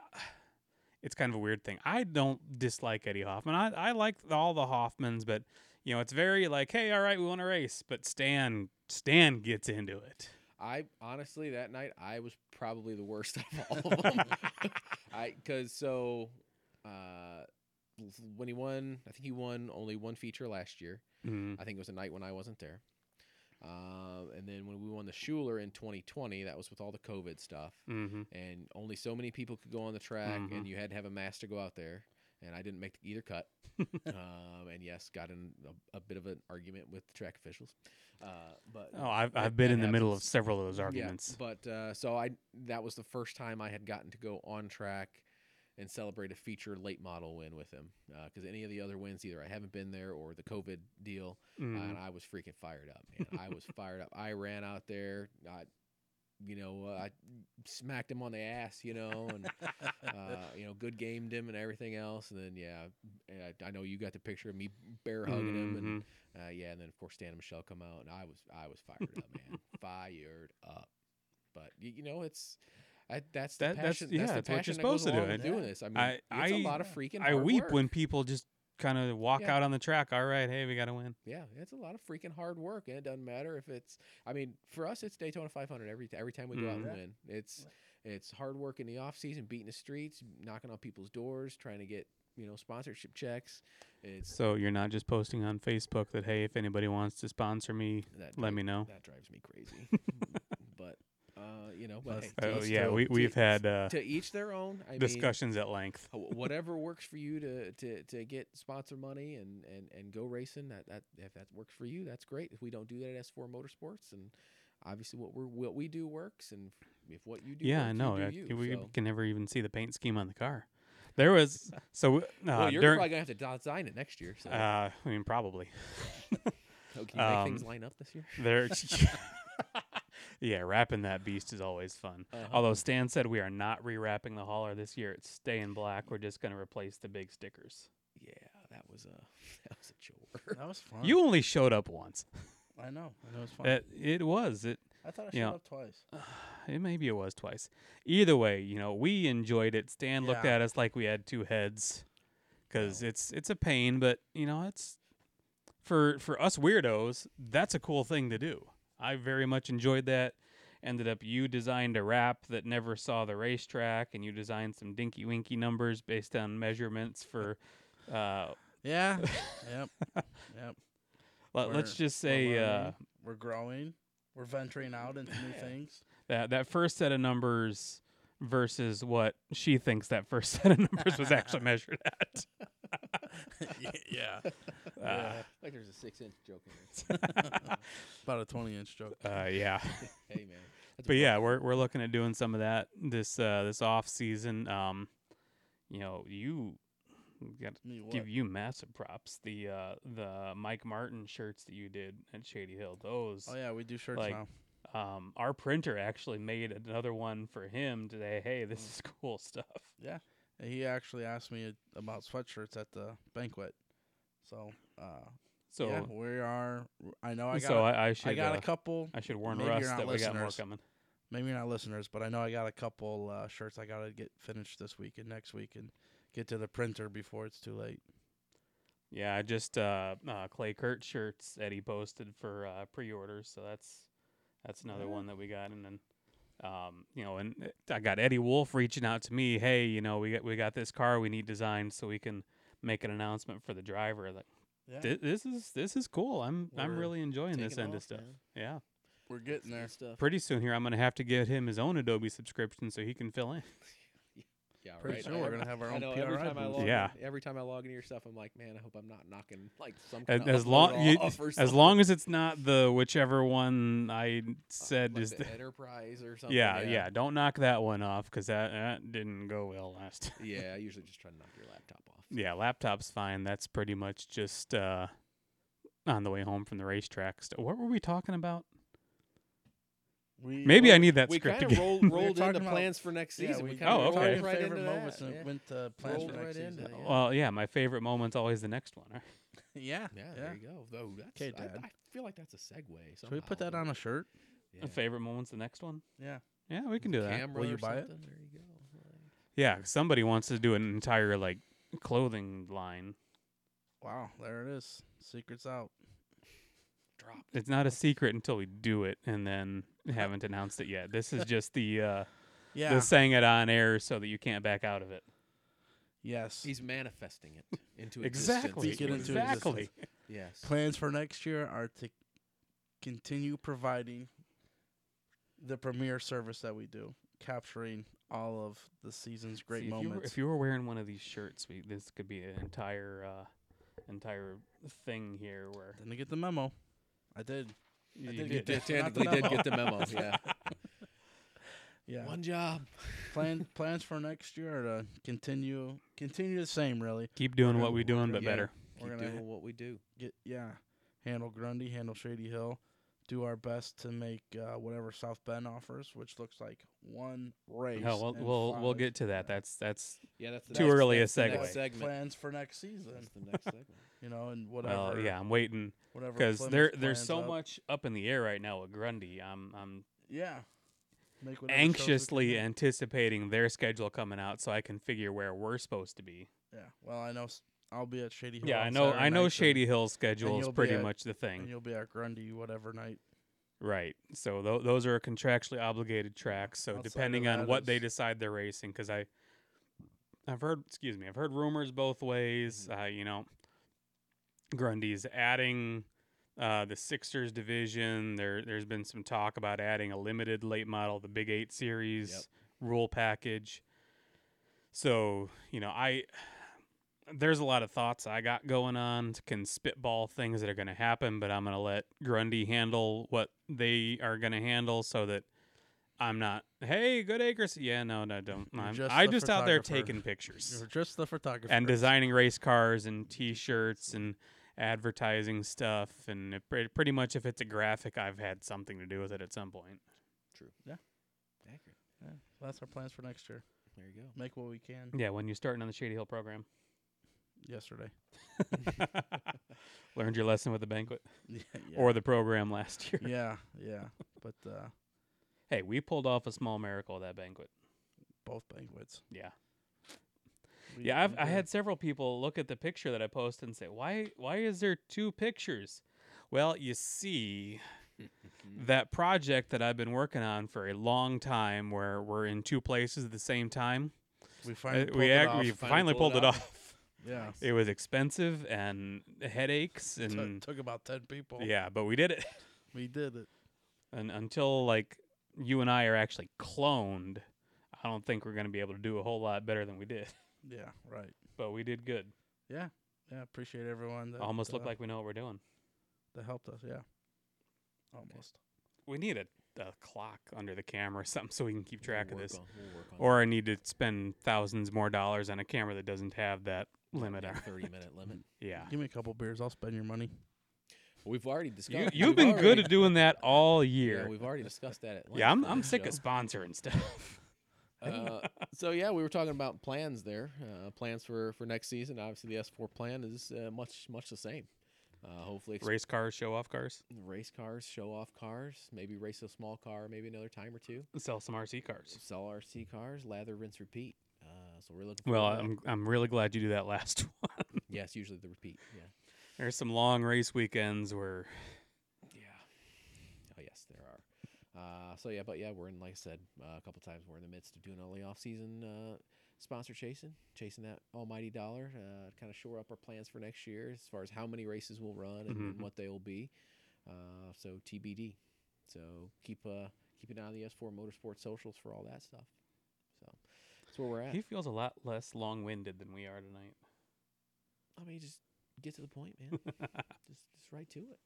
Speaker 3: It's kind of a weird thing. I don't dislike Eddie Hoffman. I, I like all the Hoffmans, but you know, it's very like, hey, all right, we want to race, but Stan Stan gets into it.
Speaker 1: I honestly that night I was probably the worst [laughs] of all of them. I because so uh, when he won, I think he won only one feature last year.
Speaker 3: Mm,
Speaker 1: I think it was a night when I wasn't there. Um, and then when we won the Schuler in 2020, that was with all the COVID stuff,
Speaker 3: hmm
Speaker 1: and only so many people could go on the track,
Speaker 3: Mhm.
Speaker 1: and you had to have a mask to go out there. And I didn't make either cut. um, and yes, got in a, a bit of an argument with the track officials. Uh, but
Speaker 3: Oh, I've,
Speaker 1: That-
Speaker 3: I've been
Speaker 1: that
Speaker 3: in the middle of
Speaker 1: happens.
Speaker 3: several of those
Speaker 1: yeah,
Speaker 3: arguments.
Speaker 1: but uh, so I that was the first time I had gotten to go on track and celebrate a feature late model win with him. Because any of the other wins, either I haven't been there or the COVID deal, uh,
Speaker 3: Mm.
Speaker 1: and I was freaking fired up. Man. I was fired up. I ran out there. I, you know, uh, I smacked him on the ass, you know, and uh, you know, good gamed him and everything else. And then yeah, and I, I know you got the picture of me bear hugging
Speaker 3: Mm-hmm.
Speaker 1: him, and uh, yeah, and then of course Stan and Michelle come out, and I was I was fired up,
Speaker 3: [laughs]
Speaker 1: man, fired up. But you, you know, it's. I, that's the
Speaker 3: That- that's-
Speaker 1: passion.
Speaker 3: yeah,
Speaker 1: the
Speaker 3: that's what you're
Speaker 1: passion that
Speaker 3: supposed
Speaker 1: goes
Speaker 3: to do.
Speaker 1: along with
Speaker 2: Yeah.
Speaker 1: Doing this, I mean,
Speaker 3: I-
Speaker 1: it's a
Speaker 3: I-
Speaker 1: lot of freaking.
Speaker 3: I
Speaker 1: hard
Speaker 3: weep
Speaker 1: work.
Speaker 3: when people just kind of walk
Speaker 1: Yeah.
Speaker 3: out on the track. All right, hey, we got to win.
Speaker 1: Yeah, it's a lot of freaking hard work, and it doesn't matter if it's. I mean, for us, it's Daytona 500 every every time we go out and
Speaker 2: Mhm.
Speaker 3: Mm-hmm.
Speaker 1: win. It's it's hard work in the off season, beating the streets, knocking on people's doors, trying to get you know sponsorship checks. It's
Speaker 3: So you're not just posting on Facebook that hey, if anybody wants to sponsor me,
Speaker 1: that
Speaker 3: let
Speaker 1: dri-
Speaker 3: me know.
Speaker 1: That drives me
Speaker 3: [laughs]
Speaker 1: crazy, but uh, you know, but
Speaker 2: Let's-
Speaker 1: hey,
Speaker 3: Oh
Speaker 1: to,
Speaker 2: Let's
Speaker 3: yeah,
Speaker 2: go.
Speaker 3: we we've
Speaker 1: To-
Speaker 3: had uh,
Speaker 1: to each their own. I mean,
Speaker 3: discussions at length.
Speaker 1: wh- whatever works for you to, to, to get sponsor money and, and, and go racing that, that if that works for you that's great if we don't do that at s4 motorsports and obviously what we what we do works and if what you do
Speaker 3: Yeah,
Speaker 1: works,
Speaker 3: I
Speaker 1: you
Speaker 3: know.
Speaker 1: do
Speaker 3: I-
Speaker 1: you,
Speaker 3: we
Speaker 1: so.
Speaker 3: can never even see the paint scheme on the car.
Speaker 1: [laughs]
Speaker 3: There was so uh,
Speaker 1: well, you're
Speaker 3: during.
Speaker 1: probably gonna have to design it next year so
Speaker 3: Uh, I mean, probably
Speaker 1: so can you make things
Speaker 3: um,
Speaker 1: line up this year
Speaker 3: there. [laughs]
Speaker 1: [laughs]
Speaker 3: yeah, wrapping that beast is always fun.
Speaker 1: Uh-huh.
Speaker 3: Although Stan said we are not rewrapping the hauler this year; it's staying black. We're just going to replace the big stickers.
Speaker 1: yeah that was a [laughs] that was a chore
Speaker 2: That was fun.
Speaker 3: You only showed up once.
Speaker 2: I know. I know it's fun.
Speaker 3: That it was it.
Speaker 2: I thought I showed
Speaker 3: you know,
Speaker 2: up twice.
Speaker 3: It maybe it was twice. Either way, you know we enjoyed it. Stan looked
Speaker 2: Yeah.
Speaker 3: at us like we had two heads, because it's it's a pain, but you know it's for for us weirdos. That's a cool thing to do. I very much enjoyed that. Ended up you designed a wrap that never saw the racetrack, and you designed some dinky winky numbers based on measurements for. Uh, [laughs]
Speaker 2: Yeah. yep. Yep.
Speaker 3: let, us
Speaker 2: We're-
Speaker 3: just
Speaker 2: we're
Speaker 3: say uh,
Speaker 2: learning, we're growing. We're venturing out into new
Speaker 3: [laughs]
Speaker 1: Yeah.
Speaker 2: things.
Speaker 3: that that first set of numbers versus what she thinks that first [laughs] set of numbers
Speaker 2: [laughs]
Speaker 3: was actually measured at.
Speaker 2: yeah.
Speaker 3: [laughs] Uh,
Speaker 1: [laughs] like there's a six inch joke in
Speaker 2: About a 20 inch joke.
Speaker 3: [laughs] uh,
Speaker 2: [laughs]
Speaker 3: yeah.
Speaker 1: there hey man that's a
Speaker 3: But
Speaker 1: pro-
Speaker 3: yeah, we're we're looking at doing some of that this uh, this off season. Um, you know, you got to
Speaker 2: Me what?
Speaker 3: give you massive props. The uh, the Mike Martin shirts that you did at Shady Hill, those
Speaker 2: Oh yeah, we do shirts
Speaker 3: like-
Speaker 2: now.
Speaker 3: um, our printer actually made another one for him today. Hey,
Speaker 2: Mm.
Speaker 3: this is cool stuff.
Speaker 2: And He actually asked me about sweatshirts at the banquet. So, uh,
Speaker 3: So
Speaker 2: yeah, we are. I know I got.
Speaker 3: so
Speaker 2: a-
Speaker 3: I, I
Speaker 2: I
Speaker 3: should
Speaker 2: got
Speaker 3: uh,
Speaker 2: a couple.
Speaker 3: I should warn
Speaker 2: maybe
Speaker 3: Russ
Speaker 2: you're not
Speaker 3: that we got more
Speaker 2: listeners.
Speaker 3: coming.
Speaker 2: Maybe you're not listeners, but I know I got a couple uh, shirts I gotta get finished this week and next week and get to the printer before it's too late.
Speaker 3: Yeah, I just uh, uh, Clay Kurt shirts that he posted for uh, pre-orders, so that's that's another
Speaker 2: Yeah.
Speaker 3: one that we got, and then um, you know, and uh, I got Eddie Wolf reaching out to me, hey, you know, we got we got this car we need designed so we can make an announcement for the driver. Like
Speaker 2: Yeah,
Speaker 3: "Thi- this is this is cool. I'm I'm
Speaker 2: We're
Speaker 3: really enjoying this
Speaker 1: taking
Speaker 3: end of
Speaker 1: off,
Speaker 3: stuff.
Speaker 1: man.
Speaker 3: Yeah,
Speaker 2: we're
Speaker 1: That's
Speaker 2: getting there.
Speaker 1: good stuff
Speaker 3: pretty soon here I'm gonna have to get him his own Adobe subscription so he can fill in.
Speaker 1: yeah all
Speaker 2: Pretty
Speaker 1: right.
Speaker 2: soon
Speaker 1: I-
Speaker 2: we're gonna have our
Speaker 1: I
Speaker 2: own
Speaker 1: know every
Speaker 2: PRI
Speaker 1: time I
Speaker 2: booth.
Speaker 1: log
Speaker 3: Yeah.
Speaker 1: in, every time I log into your stuff, I'm like, man, I hope I'm not knocking like some kind
Speaker 3: And
Speaker 1: of
Speaker 3: as long
Speaker 1: upload
Speaker 3: you,
Speaker 1: off or
Speaker 3: as
Speaker 1: something. [laughs]
Speaker 3: long as it's not the whichever one I said
Speaker 1: like
Speaker 3: is
Speaker 1: the
Speaker 3: [laughs] the
Speaker 1: Enterprise or something.
Speaker 3: Yeah, yeah, Don't knock that one off because that, that didn't go well last. [laughs]
Speaker 1: Yeah, I usually just try to knock your laptop off.
Speaker 3: yeah, laptop's fine. That's pretty much just uh, on the way home from the racetrack. St- what were we talking about?
Speaker 2: We-
Speaker 3: Maybe I
Speaker 2: well,
Speaker 3: need that
Speaker 1: we
Speaker 3: script
Speaker 1: kind
Speaker 3: again.
Speaker 1: of
Speaker 3: [laughs]
Speaker 1: roll,
Speaker 2: We were
Speaker 1: rolled into
Speaker 2: talking about-
Speaker 1: plans for next
Speaker 2: yeah,
Speaker 1: season.
Speaker 2: we
Speaker 1: we
Speaker 2: kinda
Speaker 1: kind
Speaker 3: Oh,
Speaker 1: of
Speaker 3: okay.
Speaker 1: right
Speaker 2: favorite
Speaker 1: into
Speaker 2: moments
Speaker 1: that.
Speaker 2: and
Speaker 1: yeah.
Speaker 2: went to plans
Speaker 1: Rolled
Speaker 2: for next
Speaker 1: right into
Speaker 2: season.
Speaker 1: that, yeah.
Speaker 3: [laughs] well, yeah, my favorite moment's always the next one. Right?
Speaker 2: [laughs] yeah,
Speaker 1: Yeah,
Speaker 2: yeah.
Speaker 1: there you go. Though that's,
Speaker 2: Okay,
Speaker 1: I,
Speaker 2: Dad.
Speaker 1: I feel like that's a segue. Somehow.
Speaker 2: Should we put that on a shirt?
Speaker 1: Yeah.
Speaker 3: Favorite moment's the next one.
Speaker 2: Yeah.
Speaker 3: Yeah, we can do that.
Speaker 1: camera?
Speaker 2: Will you
Speaker 1: or
Speaker 2: buy it?
Speaker 1: something? There you go.
Speaker 3: Yeah, somebody wants to do an entire like clothing line.
Speaker 2: Wow, there it is. Secrets out.
Speaker 1: Drop.
Speaker 3: It's not a secret until we do it, and then haven't announced it yet. This is just the uh,
Speaker 2: Yeah.
Speaker 3: the saying it on air so that you can't back out of it.
Speaker 2: yes.
Speaker 1: He's manifesting it into
Speaker 3: Exactly.
Speaker 1: Existence.
Speaker 2: Speak it into
Speaker 1: Yes.
Speaker 2: existence.
Speaker 3: exactly.
Speaker 1: Yes.
Speaker 2: Plans for next year are to continue providing the premier service that we do, capturing all of the season's great
Speaker 3: See, if You were,
Speaker 2: moments.
Speaker 3: if you were wearing one of these shirts, we, this could be an entire, uh, entire thing here where
Speaker 2: Didn't get the memo. I did.
Speaker 3: you
Speaker 2: did
Speaker 1: You
Speaker 2: get
Speaker 1: did,
Speaker 2: that. Not the
Speaker 1: technically did
Speaker 2: memo.
Speaker 1: get the memo. [laughs] Yeah.
Speaker 2: Yeah.
Speaker 1: One job.
Speaker 2: Plan plans for next year are to continue continue the same really.
Speaker 3: Keep doing
Speaker 2: We're
Speaker 3: what
Speaker 2: gonna-
Speaker 3: we're
Speaker 2: we're
Speaker 3: doing,
Speaker 2: gonna-
Speaker 3: but
Speaker 1: yeah.
Speaker 3: better.
Speaker 2: We're
Speaker 1: Keep
Speaker 2: gonna
Speaker 1: doing what we do.
Speaker 2: get yeah handle grundy handle shady hill do our best to make uh, whatever south bend offers which looks like one race
Speaker 3: Hell, we'll
Speaker 2: and
Speaker 3: we'll, we'll
Speaker 2: five.
Speaker 3: get to that. That's that's
Speaker 1: Yeah, that's the
Speaker 3: Too
Speaker 1: next-
Speaker 3: early a
Speaker 1: that's the next
Speaker 3: segue.
Speaker 1: Segment.
Speaker 2: plans for next season
Speaker 1: That's the next segment.
Speaker 2: you know and whatever
Speaker 3: well, uh, yeah. I'm waiting
Speaker 2: whatever
Speaker 3: because
Speaker 2: Plymouth
Speaker 3: there there's
Speaker 2: plans
Speaker 3: so
Speaker 2: up.
Speaker 3: much up in the air right now with Grundy. I'm I'm
Speaker 2: yeah make whatever shows we can
Speaker 3: anxiously
Speaker 2: make.
Speaker 3: anticipating their schedule coming out so I can figure where we're supposed to be.
Speaker 2: yeah well i know s- i'll be at shady hill
Speaker 3: Yeah,
Speaker 2: on
Speaker 3: I know.
Speaker 2: Saturday
Speaker 3: I know
Speaker 2: nights and-
Speaker 3: Shady Hill's schedule is
Speaker 2: you'll be
Speaker 3: pretty
Speaker 2: at-
Speaker 3: much the
Speaker 2: and
Speaker 3: thing,
Speaker 2: you'll be at grundy whatever night
Speaker 3: right? So tho- those are contractually obligated tracks. So
Speaker 2: Outside of
Speaker 3: depending on
Speaker 2: that
Speaker 3: what they
Speaker 2: is-
Speaker 3: decide they're racing, because I, I've heard. Excuse me, I've heard rumors both ways.
Speaker 2: Mm-hmm.
Speaker 3: Uh, you know, Grundy's adding uh, the Sixers division. There, there's been some talk about adding a limited late model, the Big Eight Series rule package. So you know, I there's a lot of thoughts I got going on. Can spitball things that are going to happen, but I'm going to let Grundy handle what they are going to handle, so that I'm not. Hey, good acres. Yeah, no, no, don't.
Speaker 2: You're
Speaker 3: I'm,
Speaker 2: just
Speaker 3: I
Speaker 2: the
Speaker 3: just out there
Speaker 2: photographer.
Speaker 3: taking pictures
Speaker 2: you're just the photographer
Speaker 3: and designing race cars and T-shirts and advertising stuff and it, pre- pretty much if it's a graphic I've had something to do with it at some point.
Speaker 1: Accurate.
Speaker 2: yeah, that's our plans for next year
Speaker 1: There you go.
Speaker 2: make what we can
Speaker 3: Yeah, when you're starting on the Shady Hill program,
Speaker 2: yesterday
Speaker 3: [laughs]
Speaker 2: [laughs]
Speaker 3: learned your lesson with the banquet
Speaker 2: yeah, yeah.
Speaker 3: or the program last [laughs] year.
Speaker 2: yeah yeah but uh
Speaker 3: Hey, we pulled off a small miracle at that banquet.
Speaker 2: both banquets.
Speaker 3: Yeah,
Speaker 2: We-
Speaker 3: yeah. I've
Speaker 2: Mm, we
Speaker 3: I
Speaker 2: did.
Speaker 3: had several people look at the picture that I posted and say, "Why? Why is there two pictures?" Well, you
Speaker 2: [laughs]
Speaker 3: see, that project that I've been working on for a long time, where we're in two places at the same time,
Speaker 2: we
Speaker 3: uh,
Speaker 2: finally pulled it
Speaker 3: we ac- we
Speaker 2: off.
Speaker 1: Finally
Speaker 3: finally
Speaker 1: pulled
Speaker 3: pulled
Speaker 1: it
Speaker 3: it
Speaker 1: off.
Speaker 3: off.
Speaker 2: yeah
Speaker 3: It was expensive and headaches
Speaker 2: Took-
Speaker 3: [laughs] and
Speaker 2: took about ten people.
Speaker 3: yeah, but we did it.
Speaker 2: we did it.
Speaker 3: and until like you and I are actually cloned, I don't think we're gonna be able to do a whole lot better than we did.
Speaker 2: Yeah, right.
Speaker 3: But we did good.
Speaker 2: Yeah, appreciate everyone. That,
Speaker 3: Almost look
Speaker 2: uh,
Speaker 3: like we know what we're doing.
Speaker 2: that helped us. Yeah, almost.
Speaker 3: We need a, a clock under the camera or [laughs] something so we can keep track of
Speaker 1: We'll work
Speaker 3: this.
Speaker 1: on- we'll work on
Speaker 3: Or I need to spend thousands more dollars on a camera that doesn't have that
Speaker 1: that.
Speaker 3: limit.
Speaker 1: Yeah,
Speaker 3: on-
Speaker 1: Thirty
Speaker 3: [laughs]
Speaker 1: minute limit.
Speaker 3: Yeah.
Speaker 2: Give me a couple beers. I'll spend your
Speaker 3: [laughs]
Speaker 2: money.
Speaker 1: We've already
Speaker 3: You,
Speaker 1: discussed.
Speaker 3: you've
Speaker 1: we've
Speaker 3: been good
Speaker 1: already-
Speaker 3: at doing that all
Speaker 1: Yeah,
Speaker 3: year.
Speaker 1: we've already discussed that. At length
Speaker 3: Yeah, I'm,
Speaker 1: on
Speaker 3: I'm
Speaker 1: this
Speaker 3: sick of
Speaker 1: show.
Speaker 3: sponsoring stuff. [laughs]
Speaker 1: Uh, so yeah, we were talking about plans there. Uh, plans for for next season. Obviously, the S4 plan is uh, much much the same. Uh, hopefully, ex-
Speaker 3: Race cars, show off cars,
Speaker 1: race cars, show off cars, maybe race a small car, maybe another time or two.
Speaker 3: sell some RC cars.
Speaker 1: Sell RC cars, lather, rinse, repeat. Uh, so we're looking.
Speaker 3: Well,
Speaker 1: forward to that.
Speaker 3: I'm I'm really glad you do that [laughs] last one.
Speaker 1: [laughs] yes, usually the repeat. Yeah,
Speaker 3: There's some long race weekends where
Speaker 1: yeah. Oh yes, there are. Uh, so yeah, but yeah, we're in. Like I said, uh, a couple times we're in the midst of doing early off season uh, sponsor chasing, chasing that almighty dollar. Uh, kind of shore up our plans for next year as far as how many races we'll run and, and
Speaker 3: Mhm.
Speaker 1: what they will be. Uh, so TBD. So keep uh, keep an eye on the S4 Motorsports socials for all that stuff. So that's where we're at.
Speaker 3: he feels a lot less long-winded than we
Speaker 1: [laughs]
Speaker 3: are tonight.
Speaker 1: I mean, just get to the point,
Speaker 3: [laughs]
Speaker 1: man. just just right to it.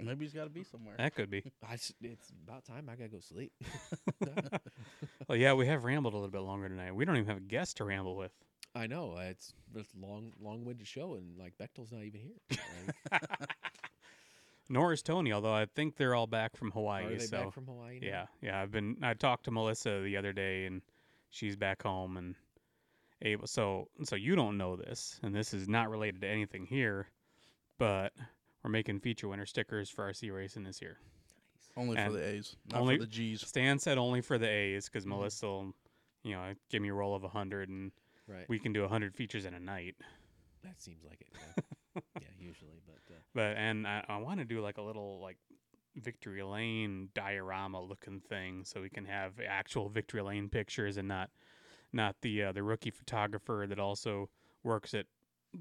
Speaker 2: Maybe he's got to be somewhere.
Speaker 3: That could be.
Speaker 1: I just, it's about time I gotta go sleep. [laughs]
Speaker 3: Well, yeah, we have rambled a little bit longer tonight. We don't even have a guest to ramble with.
Speaker 1: I know uh, it's it's long long winded show and like Bechtel's not even here.
Speaker 3: [laughs]
Speaker 1: Like,
Speaker 3: Nor is Tony, although I think they're all back from Hawaii.
Speaker 1: are they
Speaker 3: so
Speaker 1: back from Hawaii? now?
Speaker 3: yeah, yeah. I've been. I talked to Melissa the other day, and she's back home and able. So, so you don't know this, and this is not related to anything here, but we're making feature winner stickers for RC racing this year.
Speaker 2: only
Speaker 3: and
Speaker 2: for the A's, not
Speaker 3: only-
Speaker 2: for the G's.
Speaker 3: Stan said only for the A's
Speaker 1: Mm-hmm.
Speaker 3: because Melissa, will, you know, give me a roll of a hundred, and
Speaker 1: right.
Speaker 3: we can do a hundred features in a night.
Speaker 1: that seems like it. Yeah,
Speaker 3: [laughs]
Speaker 1: yeah usually, but uh,
Speaker 3: But and I, I want to do like a little like Victory Lane diorama looking thing, so we can have actual Victory Lane pictures and not not the uh, the rookie photographer that also works at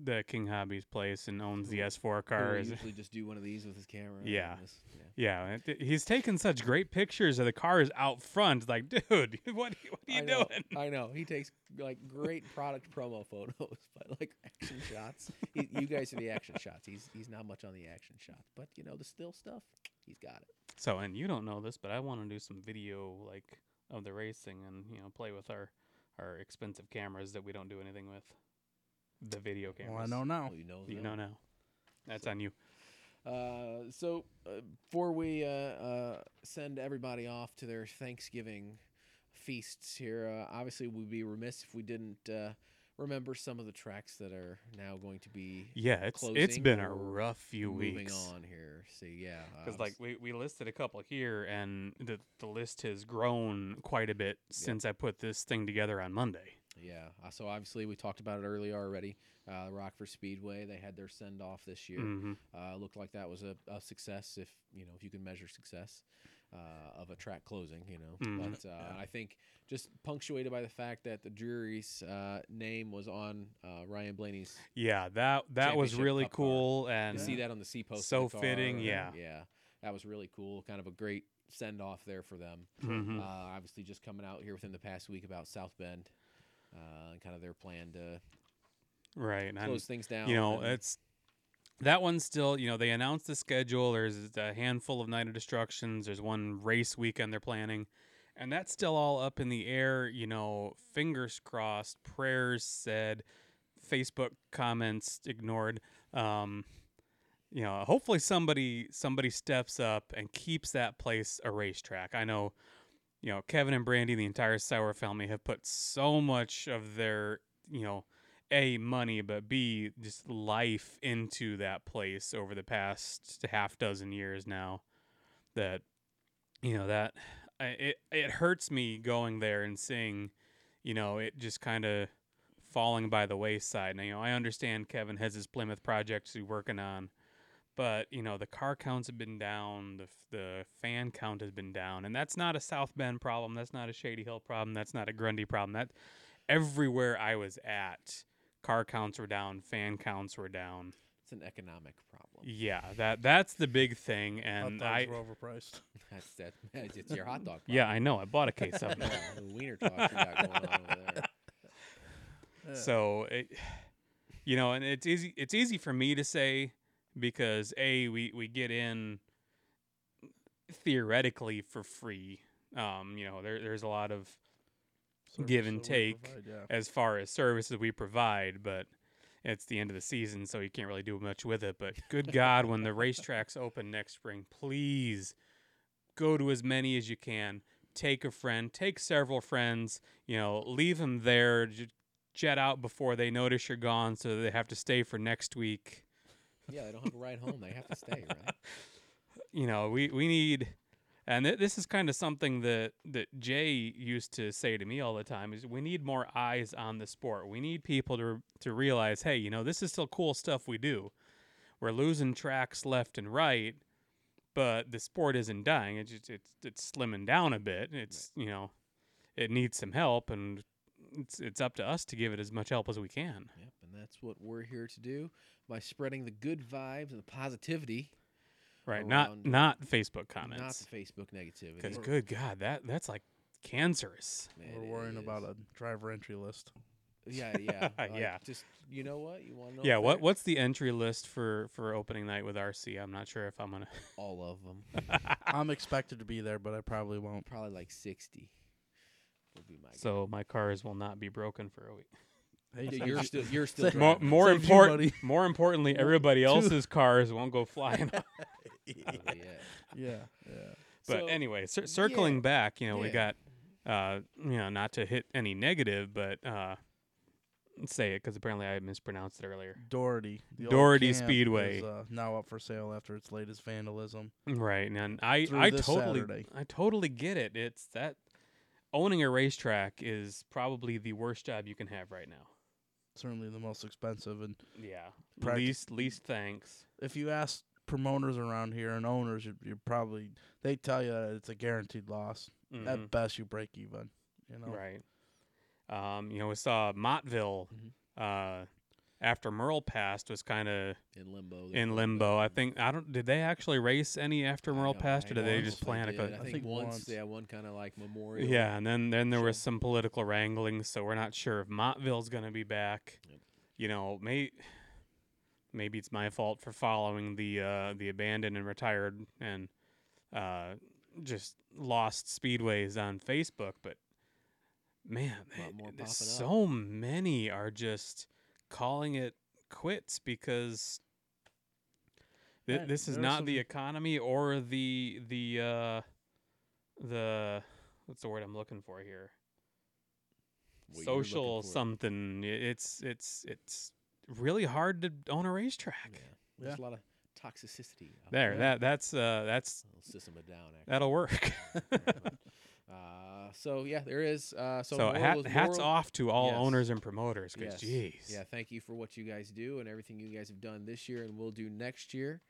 Speaker 3: the King Hobbies place and owns the
Speaker 1: Who-
Speaker 3: S4
Speaker 1: Bill will
Speaker 3: cars.
Speaker 1: usually just do one of these with his camera. and
Speaker 3: Yeah.
Speaker 1: this- yeah.
Speaker 3: [laughs] Yeah, it- he's taking such great pictures of the cars out front. Like, [laughs] dude, what what are you
Speaker 1: I know,
Speaker 3: doing?
Speaker 1: I know. He takes like great product promo photos, [laughs] but like action shots. He, you guys are the action shots. He's he's not much on the action shots, but you know the still stuff, he's got it.
Speaker 3: So, and you don't know this, but I want to do some video like of the racing and you know play with our our expensive cameras that we don't do anything with. The video cameras.
Speaker 2: Well, I know now.
Speaker 1: Well, you know,
Speaker 3: You
Speaker 1: them.
Speaker 3: know now. That's on you.
Speaker 1: Uh, so uh, before we uh, uh, send everybody off to their Thanksgiving feasts here, uh, obviously we'd be remiss if we didn't uh, remember some of the tracks that are now going to be
Speaker 3: Yeah, it's it's
Speaker 1: Closing
Speaker 3: been a
Speaker 1: or
Speaker 3: rough few
Speaker 1: moving
Speaker 3: weeks.
Speaker 1: on here. So yeah,
Speaker 3: Because
Speaker 1: obvi-
Speaker 3: like we, we listed a couple here, and the the list has grown quite a bit since I put this thing together on Monday.
Speaker 1: yeah. Uh, So obviously we talked about it earlier already. Uh, Rockford Speedway they had their send off this year.
Speaker 3: Mhm.
Speaker 1: Uh, looked like that was a, a success, if you know, if you can measure success uh, of a track closing, you know.
Speaker 3: Mhm.
Speaker 1: But uh, I think just punctuated by the fact that the jury's uh, name was on uh, Ryan Blaney's.
Speaker 3: Yeah, that that was
Speaker 1: Championship
Speaker 3: really
Speaker 1: Cup car.
Speaker 3: cool,
Speaker 1: You
Speaker 3: and
Speaker 1: see that on the C post. of
Speaker 3: So
Speaker 1: the car,
Speaker 3: fitting,
Speaker 1: and
Speaker 3: yeah.
Speaker 1: yeah. That was really cool. Kind of a great send off there for them.
Speaker 3: Mhm.
Speaker 1: Uh, obviously, just coming out here within the past week about South Bend. Uh, and kind of their plan to
Speaker 3: right? and I'm-
Speaker 1: close things down.
Speaker 3: you know,
Speaker 1: and-
Speaker 3: it's that one's still. You know, they announced the schedule. There's a handful of Night of Destructions. There's one race weekend they're planning, and that's still all up in the air. You know, fingers crossed, prayers said, Facebook comments ignored. Um, you know, hopefully somebody somebody steps up and keeps that place a racetrack. I know. You know, Kevin and Brandy, the entire Sauer family, have put so much of their, you know, a money but b just life into that place over the past half dozen years now that you know that I, it it hurts me going there and seeing you know it just kind of falling by the wayside now you know i understand kevin has his plymouth projects he's working on but you know the car counts have been down the, f- the fan count has been down and that's not a south bend problem that's not a shady hill problem that's not a grundy problem that everywhere i was at car counts were down fan counts were down
Speaker 1: it's an economic problem.
Speaker 3: yeah that that's the big thing
Speaker 2: Hot
Speaker 3: and i
Speaker 2: dogs were overpriced.
Speaker 1: [laughs]
Speaker 2: [laughs]
Speaker 1: That's that. It's your hot dog.
Speaker 3: yeah i know i bought a case of
Speaker 1: problem.
Speaker 3: it
Speaker 1: [laughs] Yeah, the wiener talk you got going on over there.
Speaker 2: Yeah.
Speaker 3: so it, you know and it's easy it's easy for me to say because a we we get in theoretically for free um you know there, there's a lot of
Speaker 2: Service
Speaker 3: give and
Speaker 2: that we
Speaker 3: take.
Speaker 2: provide, yeah.
Speaker 3: as far as services we provide, but it's the end of the season, so you can't really do much with it. But good God, when the racetracks open next spring, please go to as many as you can. Take a friend, take several friends, you know, leave them there, j- jet out before they notice you're gone so they have to stay for next week.
Speaker 1: [laughs] Yeah, they don't have a ride home. They have to stay, right?
Speaker 3: you know, we, we need, and th- this is kind of something that, that Jay used to say to me all the time is we need more eyes on the sport. We need people to, to realize, hey, you know, this is still cool stuff we do. We're losing tracks left and right, but the sport isn't dying. It's just, it's, it's slimming down a bit. It's, you know, it needs some help and it's, it's up to us to give it as much help as we can.
Speaker 1: Yep, and that's what we're here to do by spreading the good vibes and the positivity,
Speaker 3: Right.
Speaker 1: Around-
Speaker 3: Not, not Facebook
Speaker 1: not
Speaker 3: comments.
Speaker 1: the Facebook negativity.
Speaker 3: Because
Speaker 1: [laughs]
Speaker 3: good God, that, that's like cancerous.
Speaker 1: It
Speaker 2: We're worrying
Speaker 1: is-
Speaker 2: about a driver entry list.
Speaker 1: Yeah,
Speaker 3: [laughs]
Speaker 1: yeah, like,
Speaker 3: Yeah.
Speaker 1: Just you know what you want to know.
Speaker 3: yeah
Speaker 1: if
Speaker 3: what
Speaker 1: they're-
Speaker 3: what's the entry list for for opening night with rc i'm not sure if i'm gonna [laughs]
Speaker 1: All of them,
Speaker 2: I'm expected to be there, but I probably won't.
Speaker 1: probably like sixty. Would be my guess.
Speaker 3: so my cars will not be broken for
Speaker 2: [laughs]
Speaker 3: a week
Speaker 2: Hey,
Speaker 1: Yeah,
Speaker 2: since
Speaker 1: you're
Speaker 2: you-
Speaker 1: still you're still
Speaker 3: [laughs]
Speaker 2: Mo-
Speaker 3: more,
Speaker 1: driving.
Speaker 2: Said
Speaker 3: more
Speaker 2: you,
Speaker 3: important
Speaker 2: buddy.
Speaker 3: [laughs] more importantly everybody else's cars won't go
Speaker 2: [laughs]
Speaker 3: flying off. [laughs]
Speaker 1: Oh, yeah.
Speaker 2: [laughs] yeah, yeah.
Speaker 3: but
Speaker 1: So,
Speaker 3: anyway cir- circling
Speaker 1: yeah,
Speaker 3: back you know we
Speaker 1: yeah.
Speaker 3: got uh you know not to hit any negative but uh say it because apparently i mispronounced it earlier
Speaker 2: Doherty. the old
Speaker 3: Doherty
Speaker 2: camp
Speaker 3: Speedway.
Speaker 2: is, uh, now up for sale after its latest vandalism.
Speaker 3: Right, and I
Speaker 2: Through
Speaker 3: I
Speaker 2: this
Speaker 3: totally
Speaker 2: Saturday.
Speaker 3: I totally get it. It's that owning a racetrack is probably the worst job you can have right now.
Speaker 2: Certainly the most expensive. And
Speaker 3: Yeah,
Speaker 2: Practi-
Speaker 3: least least thanks.
Speaker 2: if you ask promoters around here and owners, you you probably they tell you that it's a guaranteed loss.
Speaker 1: Mm-hmm.
Speaker 3: Mhm.
Speaker 2: At best, you break even. You know,
Speaker 3: Right. Um, you know, we saw Mottville
Speaker 1: Mhm.
Speaker 3: uh, after Merle passed was kind of
Speaker 1: in limbo. they're
Speaker 3: in
Speaker 1: still
Speaker 3: limbo. I
Speaker 1: going.
Speaker 3: think I don't. Did they actually race any after
Speaker 1: I
Speaker 3: Merle
Speaker 1: know,
Speaker 3: passed, or
Speaker 1: I
Speaker 3: did they
Speaker 1: almost
Speaker 3: just
Speaker 1: think
Speaker 3: plan it?
Speaker 1: did. I
Speaker 3: But
Speaker 1: think,
Speaker 2: I think
Speaker 1: once,
Speaker 2: once.
Speaker 1: yeah, one kind of like memorial.
Speaker 3: yeah, and then then there was
Speaker 1: Sure.
Speaker 3: some political wrangling, so we're not sure if Mottville's going to be back.
Speaker 1: Yep.
Speaker 3: You know, may maybe it's my fault for following the uh, the abandoned and retired and uh, just lost speedways on Facebook, but man,
Speaker 1: lot
Speaker 3: they-
Speaker 1: more
Speaker 3: there's
Speaker 1: popping up.
Speaker 3: so many are just calling it quits because thi-
Speaker 2: Right,
Speaker 3: this is
Speaker 2: there are
Speaker 3: not
Speaker 2: some-
Speaker 3: the economy or the the uh, the what's the word I'm looking for here
Speaker 1: What you're looking
Speaker 3: social
Speaker 1: for.
Speaker 3: something. I- It's it's it's really hard to own a racetrack.
Speaker 1: Yeah. There's
Speaker 2: Yeah.
Speaker 1: a lot of toxicity. out
Speaker 3: There,
Speaker 2: Yeah.
Speaker 3: that that's uh that's
Speaker 1: Little System of a Down. Actually.
Speaker 3: that'll work. [laughs]
Speaker 1: uh, so yeah, there is. Uh, so
Speaker 3: So,
Speaker 1: moral
Speaker 3: hat,
Speaker 1: is
Speaker 3: hats
Speaker 1: moral.
Speaker 3: off to all
Speaker 1: Yes.
Speaker 3: owners and promoters because
Speaker 1: Yes.
Speaker 3: jeez.
Speaker 1: Yeah, thank you for what you guys do and everything you guys have done this year and will do next year.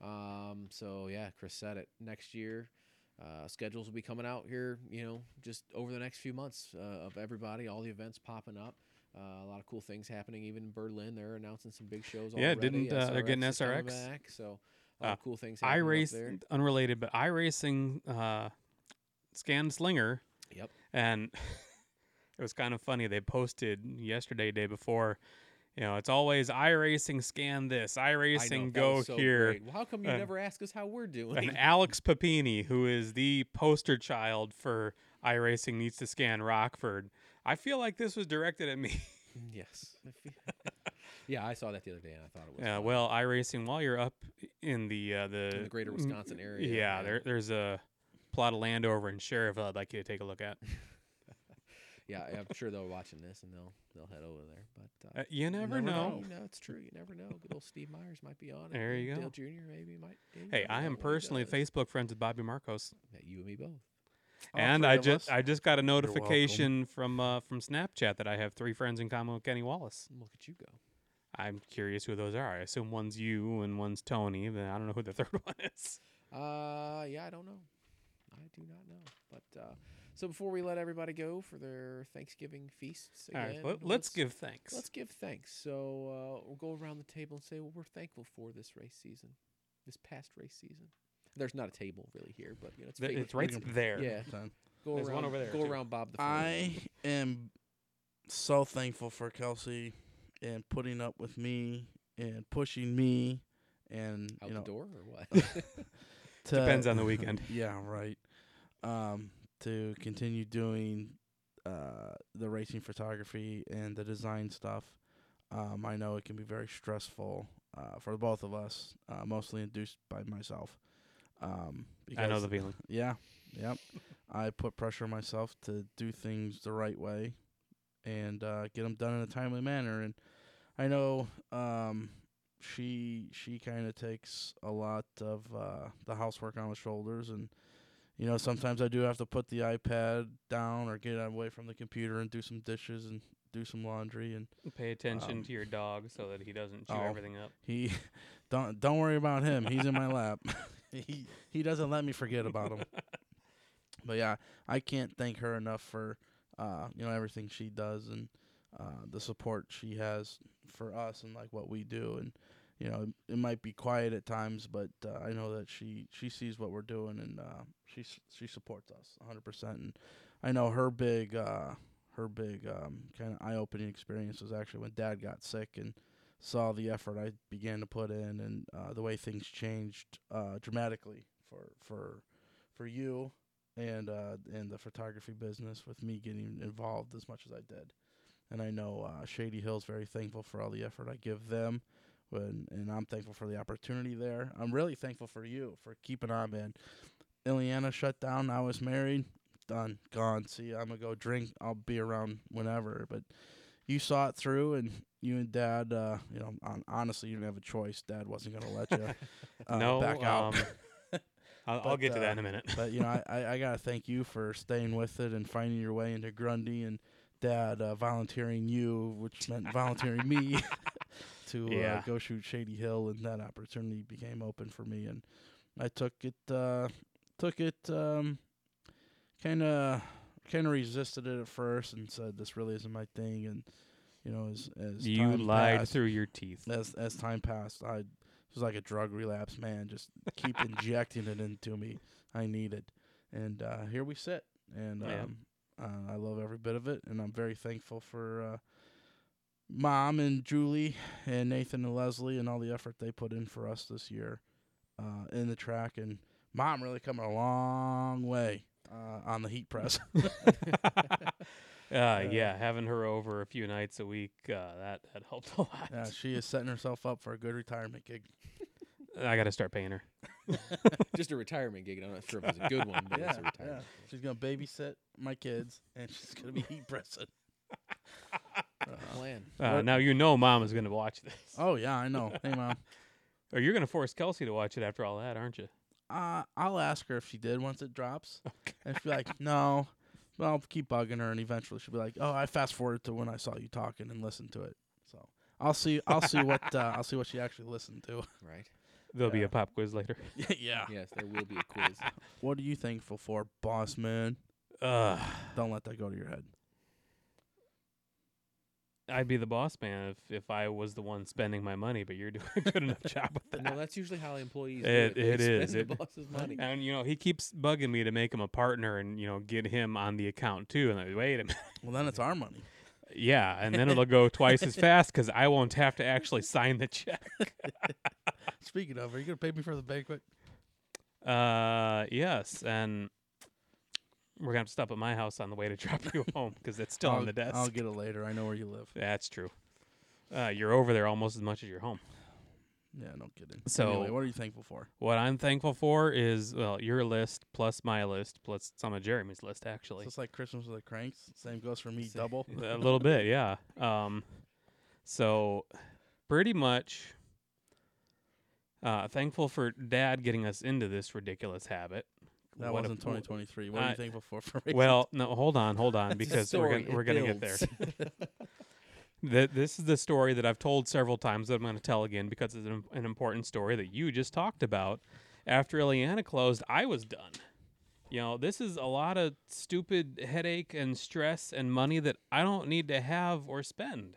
Speaker 1: Um, so yeah, Chris said it. Next year, uh, schedules will be coming out here. You know, just over the next few months uh, of everybody, all the events popping up. Uh, a lot of cool things happening. Even in Berlin, they're announcing some big shows.
Speaker 3: Yeah,
Speaker 1: already.
Speaker 3: didn't, uh, they're getting
Speaker 1: is coming
Speaker 3: SRX.
Speaker 1: back, so a lot
Speaker 3: Uh,
Speaker 1: of cool things.
Speaker 3: I
Speaker 1: happening up
Speaker 3: race
Speaker 1: there.
Speaker 3: unrelated, but I racing uh, Scan Slinger,
Speaker 1: Yep.
Speaker 3: and [laughs] it was kind of funny. They posted yesterday, day before. You know, it's always I racing scan this, I
Speaker 1: I know,
Speaker 3: racing
Speaker 1: that was
Speaker 3: go
Speaker 1: so
Speaker 3: here.
Speaker 1: great. [laughs] Well, how come you
Speaker 3: and-
Speaker 1: never ask us how [laughs] we're doing?
Speaker 3: And [laughs] Alex Papini, who is the poster child for iRacing needs to scan Rockford. I feel like this was directed at me. [laughs]
Speaker 1: yes. I feel- [laughs] yeah, I saw that the other day and I thought it was.
Speaker 3: Yeah,
Speaker 1: fun.
Speaker 3: Uh, well, iRacing, while you're up in the uh, the,
Speaker 1: in the greater
Speaker 3: mm,
Speaker 1: Wisconsin area.
Speaker 3: yeah, there there's a plot of land over in Sheriff I'd like you to take a look at.
Speaker 1: yeah, I'm sure they're watching this and they'll they'll head over there. But uh,
Speaker 3: Uh, you never,
Speaker 2: never
Speaker 3: know.
Speaker 2: know.
Speaker 1: you know, it's true. You never know. Good old Steve Myers might be on it.
Speaker 3: There you
Speaker 1: Dale
Speaker 3: go.
Speaker 1: Jr. maybe might. you
Speaker 3: Hey,
Speaker 1: never
Speaker 3: I
Speaker 1: know
Speaker 3: am
Speaker 1: what he
Speaker 3: personally
Speaker 1: does.
Speaker 3: Facebook friends with Bobby Marcos,
Speaker 1: Yeah, you and me both.
Speaker 2: All
Speaker 3: and
Speaker 2: three
Speaker 3: I
Speaker 2: of
Speaker 3: just
Speaker 2: us?
Speaker 3: I just got a
Speaker 2: welcome.
Speaker 3: notification from uh, from Snapchat that I have three friends in common with Kenny Wallace.
Speaker 1: Look at you go.
Speaker 3: I'm curious who those are. I assume one's you and one's Tony, but I don't know who the [laughs] third one is.
Speaker 1: Uh, yeah, I don't know. I do not know. But uh, so before we let everybody go for their Thanksgiving feasts,
Speaker 3: All
Speaker 1: again,
Speaker 3: right, let, us give thanks.
Speaker 1: let's give thanks. So uh, we'll go around the table and say what we're thankful for this race season, this past race season. There's not a table really here, but you know it's,
Speaker 3: Th-
Speaker 1: fake.
Speaker 3: it's right
Speaker 2: can-
Speaker 3: there.
Speaker 1: Yeah.
Speaker 2: Done.
Speaker 1: Go
Speaker 3: There's
Speaker 1: around,
Speaker 3: one over there,
Speaker 1: Go
Speaker 3: too.
Speaker 1: around Bob the Flame.
Speaker 2: I am so thankful for Kelsey and putting up with me and pushing me and
Speaker 1: out
Speaker 2: you know
Speaker 1: the door or what?
Speaker 2: [laughs] to-
Speaker 3: Depends on the [laughs] weekend.
Speaker 2: [laughs] yeah, right. Um, to continue doing uh, the racing photography and the design stuff. Um, I know it can be very stressful uh, for both of us, uh, mostly induced by myself. Um,
Speaker 3: I know
Speaker 2: because-
Speaker 3: the feeling.
Speaker 2: yeah. Yep. I put pressure on myself to do things the right way and uh, get them done in a timely manner. And I know um, she she kind of takes a lot of uh, the housework on her shoulders, and you know sometimes I do have to put the iPad down or get away from the computer and do some dishes and do some laundry and
Speaker 3: uh, Pay attention
Speaker 2: Um,
Speaker 3: to your dog so that he doesn't chew
Speaker 2: oh.
Speaker 3: everything up.
Speaker 2: He [laughs] don't don't worry about him. He's in my lap. [laughs] he he doesn't let me forget about him. but yeah, I can't thank her enough for uh, you know everything she does and uh, the support she has for us and like what we do and you know it, it might be quiet at times but uh, I know that she she sees what we're doing and uh, she s- she supports us 100% and I know her big uh, her big um, kind of eye-opening experience was actually when dad got sick and saw the effort I began to put in and uh, the way things changed uh, dramatically for for for you and uh, and the photography business with me getting involved as much as I did. And I know uh, Shady Hill's very thankful for all the effort I give them. When, and I'm thankful for the opportunity there. I'm really thankful for you for keeping on, man. Ileana shut down. I was married. Done. Gone. See, I'm going to go drink. I'll be around whenever. But you saw it through, and you and dad, uh, you know, hon- honestly, you didn't have a choice. Dad wasn't going to let
Speaker 3: [laughs]
Speaker 2: you uh,
Speaker 3: no,
Speaker 2: back out.
Speaker 3: um, [laughs] I'll, I'll
Speaker 2: But,
Speaker 3: get to
Speaker 2: uh,
Speaker 3: that in a [laughs] minute.
Speaker 2: but you know, I, I, I gotta thank you for staying with it and finding your way into Grundy and Dad uh, volunteering you, which meant volunteering me [laughs] to uh,
Speaker 3: Yeah.
Speaker 2: go shoot Shady Hill, and that opportunity became open for me, and I took it, uh, took it, um, kind of, kind of resisted it at first and said this really isn't my thing, and you know, as as
Speaker 3: you
Speaker 2: time
Speaker 3: lied
Speaker 2: passed-
Speaker 3: through your [laughs] teeth. Uh,
Speaker 2: as as time passed, I it was like a drug relapse, man. Just keep injecting it into me. I need it, and uh, here we sit. And
Speaker 3: Yeah.
Speaker 2: um, uh, I love every bit of it, and I'm very thankful for uh, mom and Julie and Nathan and Leslie and all the effort they put in for us this year uh, in the track and mom really coming a long way uh, on the heat press.
Speaker 3: uh, yeah, having her over a few nights a week uh, that that helped a lot.
Speaker 2: yeah, Uh, she is setting herself up for a good retirement gig.
Speaker 3: I got to start paying her.
Speaker 1: Just a retirement gig. and I'm not sure if it's a good one, but it's a
Speaker 2: yeah, yeah.
Speaker 1: retirement.
Speaker 2: She's gonna babysit my kids, and she's gonna be heat pressing.
Speaker 1: Plan.
Speaker 3: Uh,
Speaker 2: What-
Speaker 3: now you know mom is going to watch this,
Speaker 2: Oh yeah, I know. Hey
Speaker 3: [laughs]
Speaker 2: mom,
Speaker 3: or you're going to force Kelsey to watch it after all that, aren't you?
Speaker 2: uh, I'll ask her if she did once it drops, and she'll be like, "No," but I'll keep bugging her, and eventually she'll be like, "Oh, I fast forwarded to when I saw you talking and listened to it." So I'll see. I'll see what uh, I'll see what she actually listened
Speaker 3: [laughs]
Speaker 2: to.
Speaker 1: Right.
Speaker 3: There'll be
Speaker 2: Yeah.
Speaker 3: a pop quiz later.
Speaker 2: yeah.
Speaker 1: Yes, there will be a quiz.
Speaker 2: What are you thankful for, boss man?
Speaker 3: Uh,
Speaker 2: Don't let that go to your head.
Speaker 3: I'd be the boss man if, if I was the one spending my money, but you're [laughs] doing a good enough job with
Speaker 1: No,
Speaker 3: that.
Speaker 1: that's usually how employees.
Speaker 3: It-
Speaker 1: do it.
Speaker 3: it
Speaker 1: They
Speaker 3: is.
Speaker 1: Spend the
Speaker 3: It-
Speaker 1: boss's money.
Speaker 3: And you know he keeps bugging me to make him a partner and you know get him on the account too. And I'm like, wait a minute, [laughs]
Speaker 2: Well, then it's our money.
Speaker 3: yeah, and then it'll go
Speaker 2: [laughs]
Speaker 3: twice as fast because I won't have to actually sign the check.
Speaker 2: Speaking of, are you gonna pay me for the banquet?
Speaker 3: Uh, yes, and we're gonna have to stop at my house on the way to [laughs] drop you home because it's still
Speaker 2: I'll,
Speaker 3: on the desk.
Speaker 2: I'll get it later. I know where you live.
Speaker 3: That's true. Uh, you're over there almost as much as you're home.
Speaker 2: Yeah, no kidding.
Speaker 3: So-
Speaker 2: anyway, what are you thankful for?
Speaker 3: What I'm thankful for is well, your list plus my list plus some of Jeremy's list
Speaker 2: It's
Speaker 3: actually.
Speaker 2: just like Christmas with the cranks. Same goes for me. Double.
Speaker 3: [laughs] a little bit, yeah. Um, so pretty much uh, thankful for Dad getting us into this ridiculous habit.
Speaker 2: That
Speaker 3: What a-
Speaker 2: wasn't 2023. What are
Speaker 3: I-
Speaker 2: you thankful for? for me?
Speaker 3: [laughs] Well, no, hold on,
Speaker 1: [laughs]
Speaker 3: hold on,
Speaker 1: It's a
Speaker 3: because we're
Speaker 1: story.
Speaker 3: gonna, we're
Speaker 1: It
Speaker 3: gonna get there.
Speaker 1: [laughs] builds.
Speaker 3: Th- this is the story that I've told several times that I'm going to tell again because it's an, im- an important story that you just talked about. After Ileana closed, I was done. You know, this is a lot of stupid headache and stress and money that I don't need to have or spend.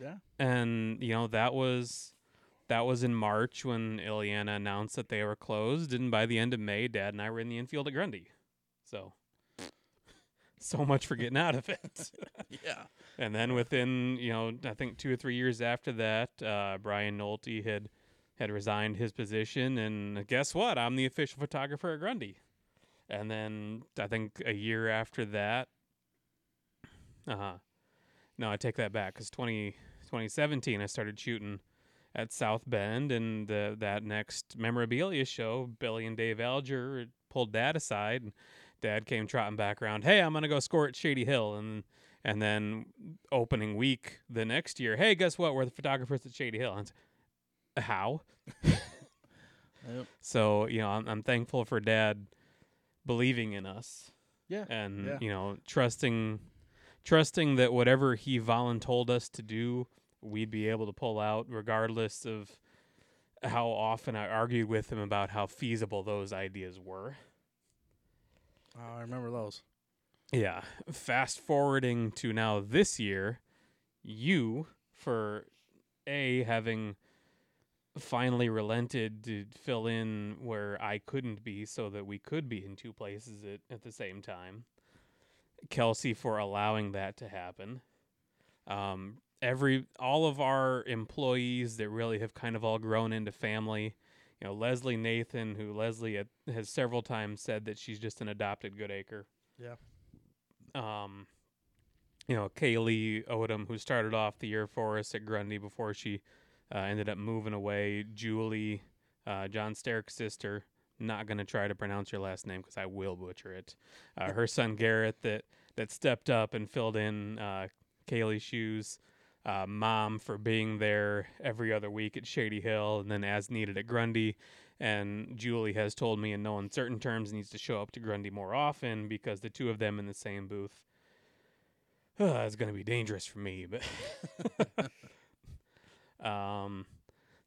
Speaker 2: yeah.
Speaker 3: And you know, that was that was in March when Ileana announced that they were closed, and by the end of May, Dad and I were in the infield at Grundy. So, [laughs] so much for getting out of it.
Speaker 2: [laughs] Yeah.
Speaker 3: And then within, you know, I think two or three years after that, uh, Brian Nolte had had resigned his position, and guess what? I'm the official photographer at Grundy. And then I think a year after that, uh huh. No, I take that back because 20, 2017, I started shooting at South Bend, and the, that next memorabilia show, Billy and Dave Alger pulled Dad aside, and Dad came trotting back around. Hey, I'm gonna go score at Shady Hill, and and then opening week the next year, hey, guess what? We're the photographers at Shady Hill. And it's, How?
Speaker 2: [laughs] Yep.
Speaker 3: So you know, I'm, I'm thankful for Dad believing in us
Speaker 2: Yeah.
Speaker 3: and
Speaker 2: Yeah.
Speaker 3: you know trusting trusting that whatever he voluntold us to do, we'd be able to pull out, regardless of how often I argued with him about how feasible those ideas were.
Speaker 2: Oh, I remember those.
Speaker 3: Yeah. Fast forwarding to now this year, you for A having finally relented to fill in where I couldn't be so that we could be in two places at, at the same time. Kelsey for allowing that to happen. Um every all of our employees that really have kind of all grown into family. You know, Leslie Nathan, who Leslie had- has several times said that she's just an adopted good acre um, you know, Kaylee Odom, who started off the year for us at Grundy before she uh, ended up moving away. Julie, uh, John Sterrick's sister. Not gonna try to pronounce your last name because I will butcher it. Uh, her son Garrett that that stepped up and filled in uh, Kaylee's shoes. Uh, mom for being there every other week at Shady Hill and then as needed at Grundy. And Julie has told me in no uncertain terms needs to show up to Grundy more often because the two of them in the same booth [sighs] uh, is going to be dangerous for me. But [laughs] um,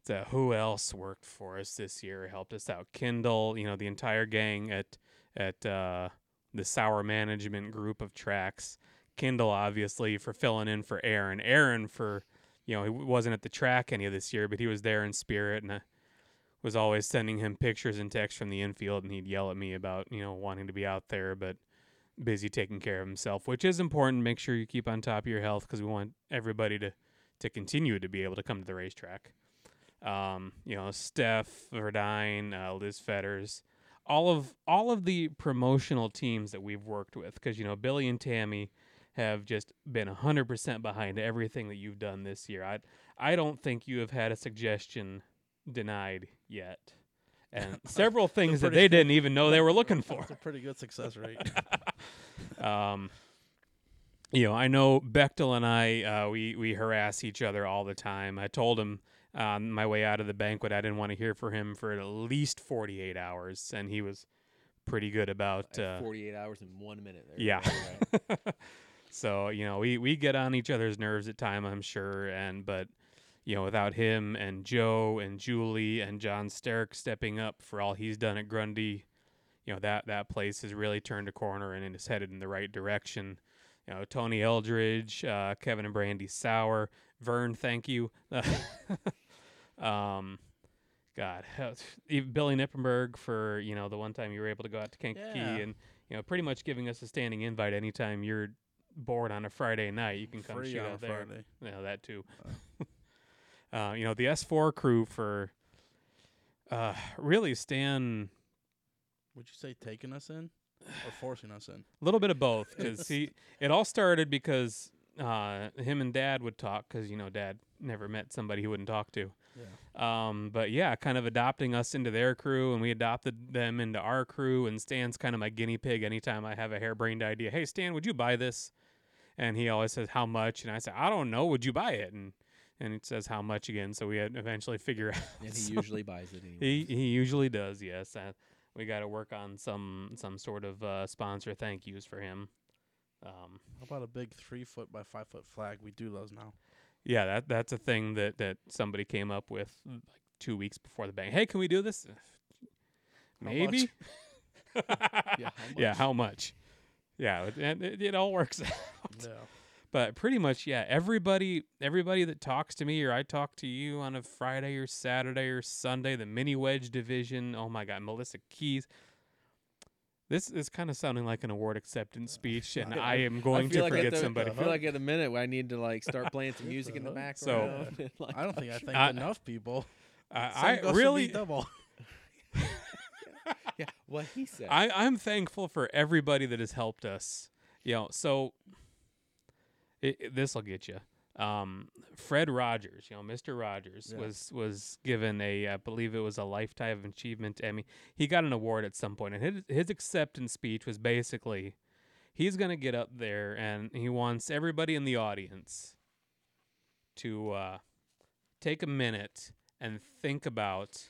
Speaker 3: so who else worked for us this year? Helped us out. Kindle, you know, the entire gang at at uh, the Sour Management group of tracks. Kindle, obviously, for filling in for Aaron. Aaron for you know he wasn't at the track any of this year, but he was there in spirit and. I, was always sending him pictures and texts from the infield, and he'd yell at me about you know wanting to be out there, but busy taking care of himself, which is important. Make sure you keep on top of your health because we want everybody to to continue to be able to come to the racetrack. Um, you know, Steph Verdine, uh, Liz Fetters, all of all of the promotional teams that we've worked with because you know Billy and Tammy have just been 100% behind everything that you've done this year. I I don't think you have had a suggestion denied yet. And several things that
Speaker 2: pretty-
Speaker 3: they didn't even know they were looking for.
Speaker 2: That's a pretty good
Speaker 3: [laughs]
Speaker 2: success rate.
Speaker 3: Um, you know, I know Bechtel and I, uh, we we harass each other all the time. I told him on my way out of the banquet I didn't want to hear from him for at least forty eight hours, and he was pretty good about.
Speaker 1: I had
Speaker 3: Uh,
Speaker 1: 48 hours and one minute. There.
Speaker 3: yeah.
Speaker 1: Right.
Speaker 3: so you know, we we get on each other's nerves at time, I'm sure, and but. You know, without him and Joe and Julie and John Sterrick stepping up for all he's done at Grundy, you know that that place has really turned a corner and is headed in the right direction. You know, Tony Eldridge, uh, Kevin and Brandy Sauer, Vern, thank you. [laughs] um, God, [laughs] even Billy Nippenberg for you know the one time you were able to go out to Kankakee
Speaker 2: Yeah.
Speaker 3: and you know pretty much giving us a standing invite anytime you're bored on a Friday night, you can come
Speaker 2: Free
Speaker 3: shoot
Speaker 2: on
Speaker 3: out there.
Speaker 2: Friday.
Speaker 3: You know that too. [laughs] uh, you know the S4 crew for uh, really Stan.
Speaker 2: Would you say taking us in or forcing us in?
Speaker 3: A little bit of both,
Speaker 2: [laughs]
Speaker 3: because he it all started because uh, him and Dad would talk, because you know Dad never met somebody he wouldn't talk to.
Speaker 2: Yeah.
Speaker 3: Um, but yeah, kind of adopting us into their crew, and we adopted them into our crew. And Stan's kind of my guinea pig. Anytime I have a harebrained idea, hey Stan, would you buy this? And he always says how much, and I say I don't know. Would you buy it? And and it says how much again. So we had eventually figure [laughs] out.
Speaker 1: And
Speaker 3: some-
Speaker 1: he usually buys it anyway.
Speaker 3: he he usually does. Yes, uh, we got to work on some some sort of uh, sponsor thank yous for him. Um,
Speaker 2: How about a big three foot by five foot flag? We do those now.
Speaker 3: yeah, that that's a thing that that somebody came up with mm, like two weeks before the bang. Hey, can we do this?
Speaker 2: much?
Speaker 3: Maybe.
Speaker 1: [laughs] yeah.
Speaker 3: yeah,
Speaker 1: much?
Speaker 3: how much? Yeah, it- and it, it all works [laughs] out.
Speaker 2: Yeah.
Speaker 3: but pretty much yeah everybody everybody that talks to me or i talk to you on a friday or saturday or sunday the mini wedge division oh my god melissa keys this is kind of sounding like an award
Speaker 1: [laughs]
Speaker 3: acceptance speech and
Speaker 1: Yeah,
Speaker 3: i
Speaker 1: Uh, I- uh,
Speaker 3: am going to
Speaker 1: like at
Speaker 3: forget
Speaker 1: the-
Speaker 3: somebody
Speaker 1: I feel like in a minute I need to like start playing some
Speaker 2: Get
Speaker 1: music
Speaker 2: the
Speaker 1: in the
Speaker 2: hook.
Speaker 3: [laughs] So-
Speaker 1: background. and, like,
Speaker 2: I don't
Speaker 3: [laughs]
Speaker 2: think I thanked
Speaker 3: I-
Speaker 2: enough people.
Speaker 3: [laughs] I,
Speaker 2: Some
Speaker 3: I
Speaker 2: goes to me
Speaker 3: really [laughs]
Speaker 2: double.
Speaker 1: yeah, what he said.
Speaker 3: I, i'm thankful for everybody that has helped us you know so it, this will get you um, Fred Rogers, you know, Mr. Rogers
Speaker 2: Yeah.
Speaker 3: was was given a, I believe it was a lifetime achievement Emmy. He got an award at some point, and his, his acceptance speech was basically, he's gonna get up there and he wants everybody in the audience to uh, take a minute and think about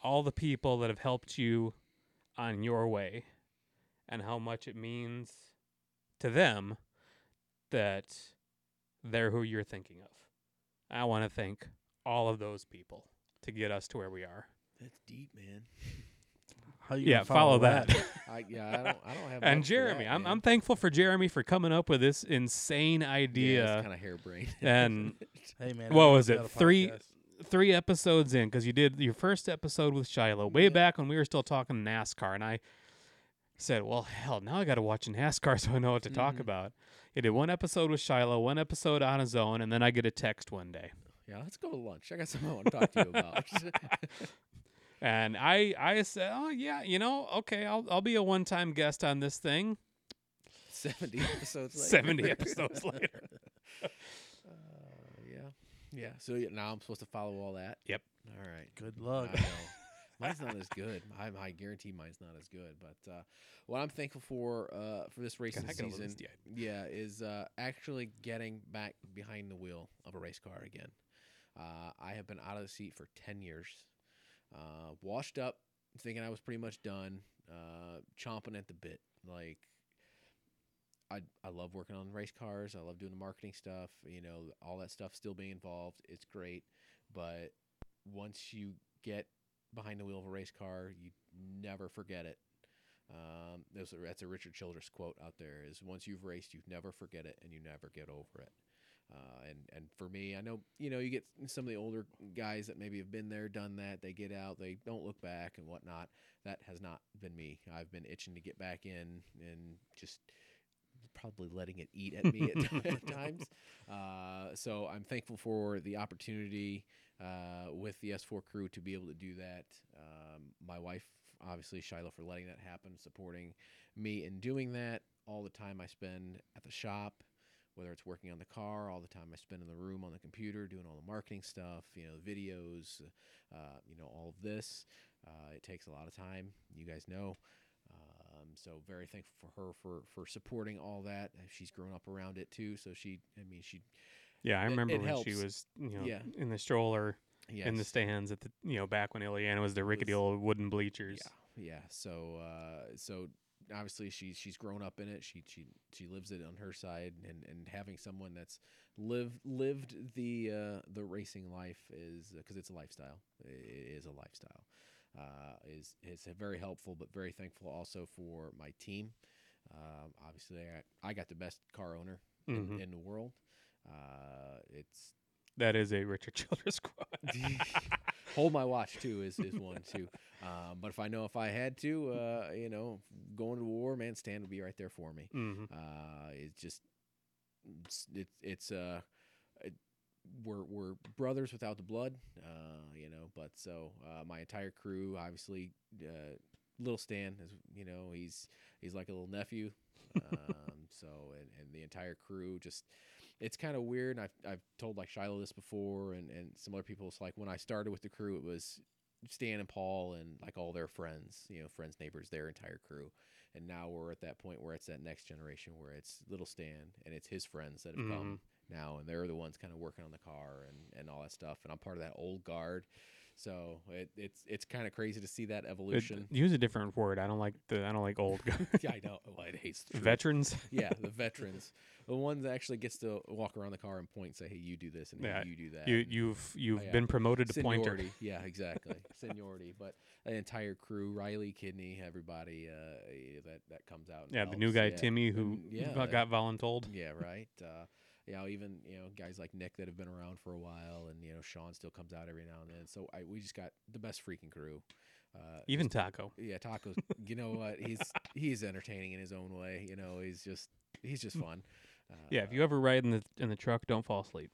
Speaker 3: all the people that have helped you on your way, and how much it means to them that they're who you're thinking of. I want to thank all of those people to get us to where we are.
Speaker 1: That's deep, man.
Speaker 2: How you
Speaker 3: yeah,
Speaker 2: gonna
Speaker 3: follow, that. [laughs]
Speaker 1: I yeah, I don't I don't have
Speaker 3: and
Speaker 1: much for
Speaker 3: Jeremy,
Speaker 1: that,
Speaker 3: I'm,
Speaker 1: man.
Speaker 3: I'm thankful for Jeremy for coming up with this insane idea.
Speaker 1: kind of harebrained. [laughs]
Speaker 3: uh, and
Speaker 2: Hey man,
Speaker 3: What
Speaker 2: I
Speaker 3: was
Speaker 2: got
Speaker 3: it,
Speaker 2: a
Speaker 3: three-
Speaker 2: podcast.
Speaker 3: three episodes in, because you did your first episode with Shiloh way
Speaker 2: Yeah.
Speaker 3: back when we were still talking NASCAR, and I said, "Well, hell, now I got to watch [laughs] NASCAR so I know what to talk
Speaker 1: Mhm.
Speaker 3: about." He did one episode with Shiloh, one episode on his own, and then I get a text one day.
Speaker 1: yeah, let's go to lunch. I got something I want to talk to you
Speaker 3: [laughs]
Speaker 1: about. [laughs]
Speaker 3: And I I said, "Oh yeah, you know, okay, I'll I'll be a one-time guest on this thing."
Speaker 1: Seventy episodes. Later. [laughs]
Speaker 3: 70 episodes later.
Speaker 1: Uh, yeah, yeah. So yeah, now I'm supposed to follow all that.
Speaker 3: Yep.
Speaker 1: All right.
Speaker 2: Good luck.
Speaker 1: I know. Mine's not as good. I, I guarantee mine's not as good. But uh, what I'm thankful for uh, for this racing
Speaker 3: I gotta lose
Speaker 1: season,
Speaker 3: the idea.
Speaker 1: yeah, is uh, actually getting back behind the wheel of a race car again. Uh, I have been out of the seat for ten years, uh, washed up, thinking I was pretty much done, uh, chomping at the bit. Like I, I love working on race cars. I love doing the marketing stuff. You know, all that stuff still being involved. It's great, but once you get behind the wheel of a race car, you never forget it. Um, there's a, that's a Richard Childress quote out there: is once you've raced, you never forget it, and you never get over it. Uh, and and for me, I know you know you get some of the older guys that maybe have been there, done that. They get out, they don't look back and whatnot. That has not been me. I've been itching to get back in and just probably letting it eat at me at, at [laughs] times. Uh, so I'm thankful for the opportunity uh, with the S4 crew to be able to do that. Um, my wife obviously Shiloh for letting that happen, supporting me in doing that. All the time I spend at the shop, whether it's working on the car, all the time I spend in the room on the computer doing all the marketing stuff, you know, videos, uh, you know, all of this. Uh, it takes a lot of time. You guys know. Um, so very thankful for her for for supporting all that. Uh, She's grown up around it too. So she, I mean, she,
Speaker 3: Yeah, I
Speaker 1: It-
Speaker 3: remember
Speaker 1: it
Speaker 3: when she
Speaker 1: helps.
Speaker 3: was, you know,
Speaker 1: Yeah.
Speaker 3: in the stroller
Speaker 1: yes.
Speaker 3: in the stands at the, you know, back when Ileana was the rickety
Speaker 1: Was-
Speaker 3: old wooden bleachers.
Speaker 1: Yeah, yeah. So, uh, so obviously she's she's grown up in it. She she she lives it on her side, and and having someone that's lived lived the uh, the racing life is because it's a lifestyle. It is a lifestyle. Uh, is is very helpful, but very thankful also for my team. Um, obviously, I, I got the best car owner
Speaker 3: Mhm.
Speaker 1: in, in the world. Uh, it's
Speaker 3: That is a Richard Childress [laughs] quote.
Speaker 1: [laughs] hold my watch too is, is one too um, but if i know if i had to uh, you know going to war man stan would be right there for me
Speaker 3: hmm
Speaker 1: uh, it's just it's it's, it's uh it, we're we're brothers without the blood uh, you know but so uh, my entire crew obviously uh, little stan is you know he's he's like a little nephew um, [laughs] so and, and the entire crew just it's kind of weird and I've, I've told like shiloh this before and, and some other people it's like when i started with the crew it was stan and paul and like all their friends you know friends neighbors their entire crew and now we're at that point where it's that next generation where it's little stan and it's his friends that have come now and they're the ones kind of working on the car and, and all that stuff and i'm part of that old guard so it, it's it's kind of crazy to see that evolution
Speaker 3: use a different word. I don't like the I don't
Speaker 1: [laughs]
Speaker 3: like old guy.
Speaker 1: yeah, I know. Well, it
Speaker 3: [laughs]
Speaker 1: hates the truth.
Speaker 3: Veterans.
Speaker 1: Yeah, the veterans, the one that actually gets to walk around the car and point, say, "Hey, you do this," and hey,
Speaker 3: Yeah,
Speaker 1: you do that.
Speaker 3: You
Speaker 1: and
Speaker 3: you've you've
Speaker 1: Oh, yeah.
Speaker 3: been promoted to pointer. [laughs]
Speaker 1: seniority. Yeah, exactly. seniority, but an entire crew: Riley, Kidney, everybody uh, eh, that that comes out. and
Speaker 3: Yeah, the new
Speaker 1: helps,
Speaker 3: guy
Speaker 1: Oh, yeah.
Speaker 3: Timmy who
Speaker 1: And, yeah,
Speaker 3: vo-
Speaker 1: that-
Speaker 3: got voluntold. [laughs]
Speaker 1: Yeah, right. Uh, you know, even you know guys like Nick that have been around for a while, and you know Sean still comes out every now and then. So I, we just got the best freaking crew. Uh,
Speaker 3: Even Taco.
Speaker 1: yeah, tacos. you know what? He's he's entertaining in his own way. You know, he's just he's just fun. Uh,
Speaker 3: Yeah, if you ever ride in the in the truck, don't fall asleep.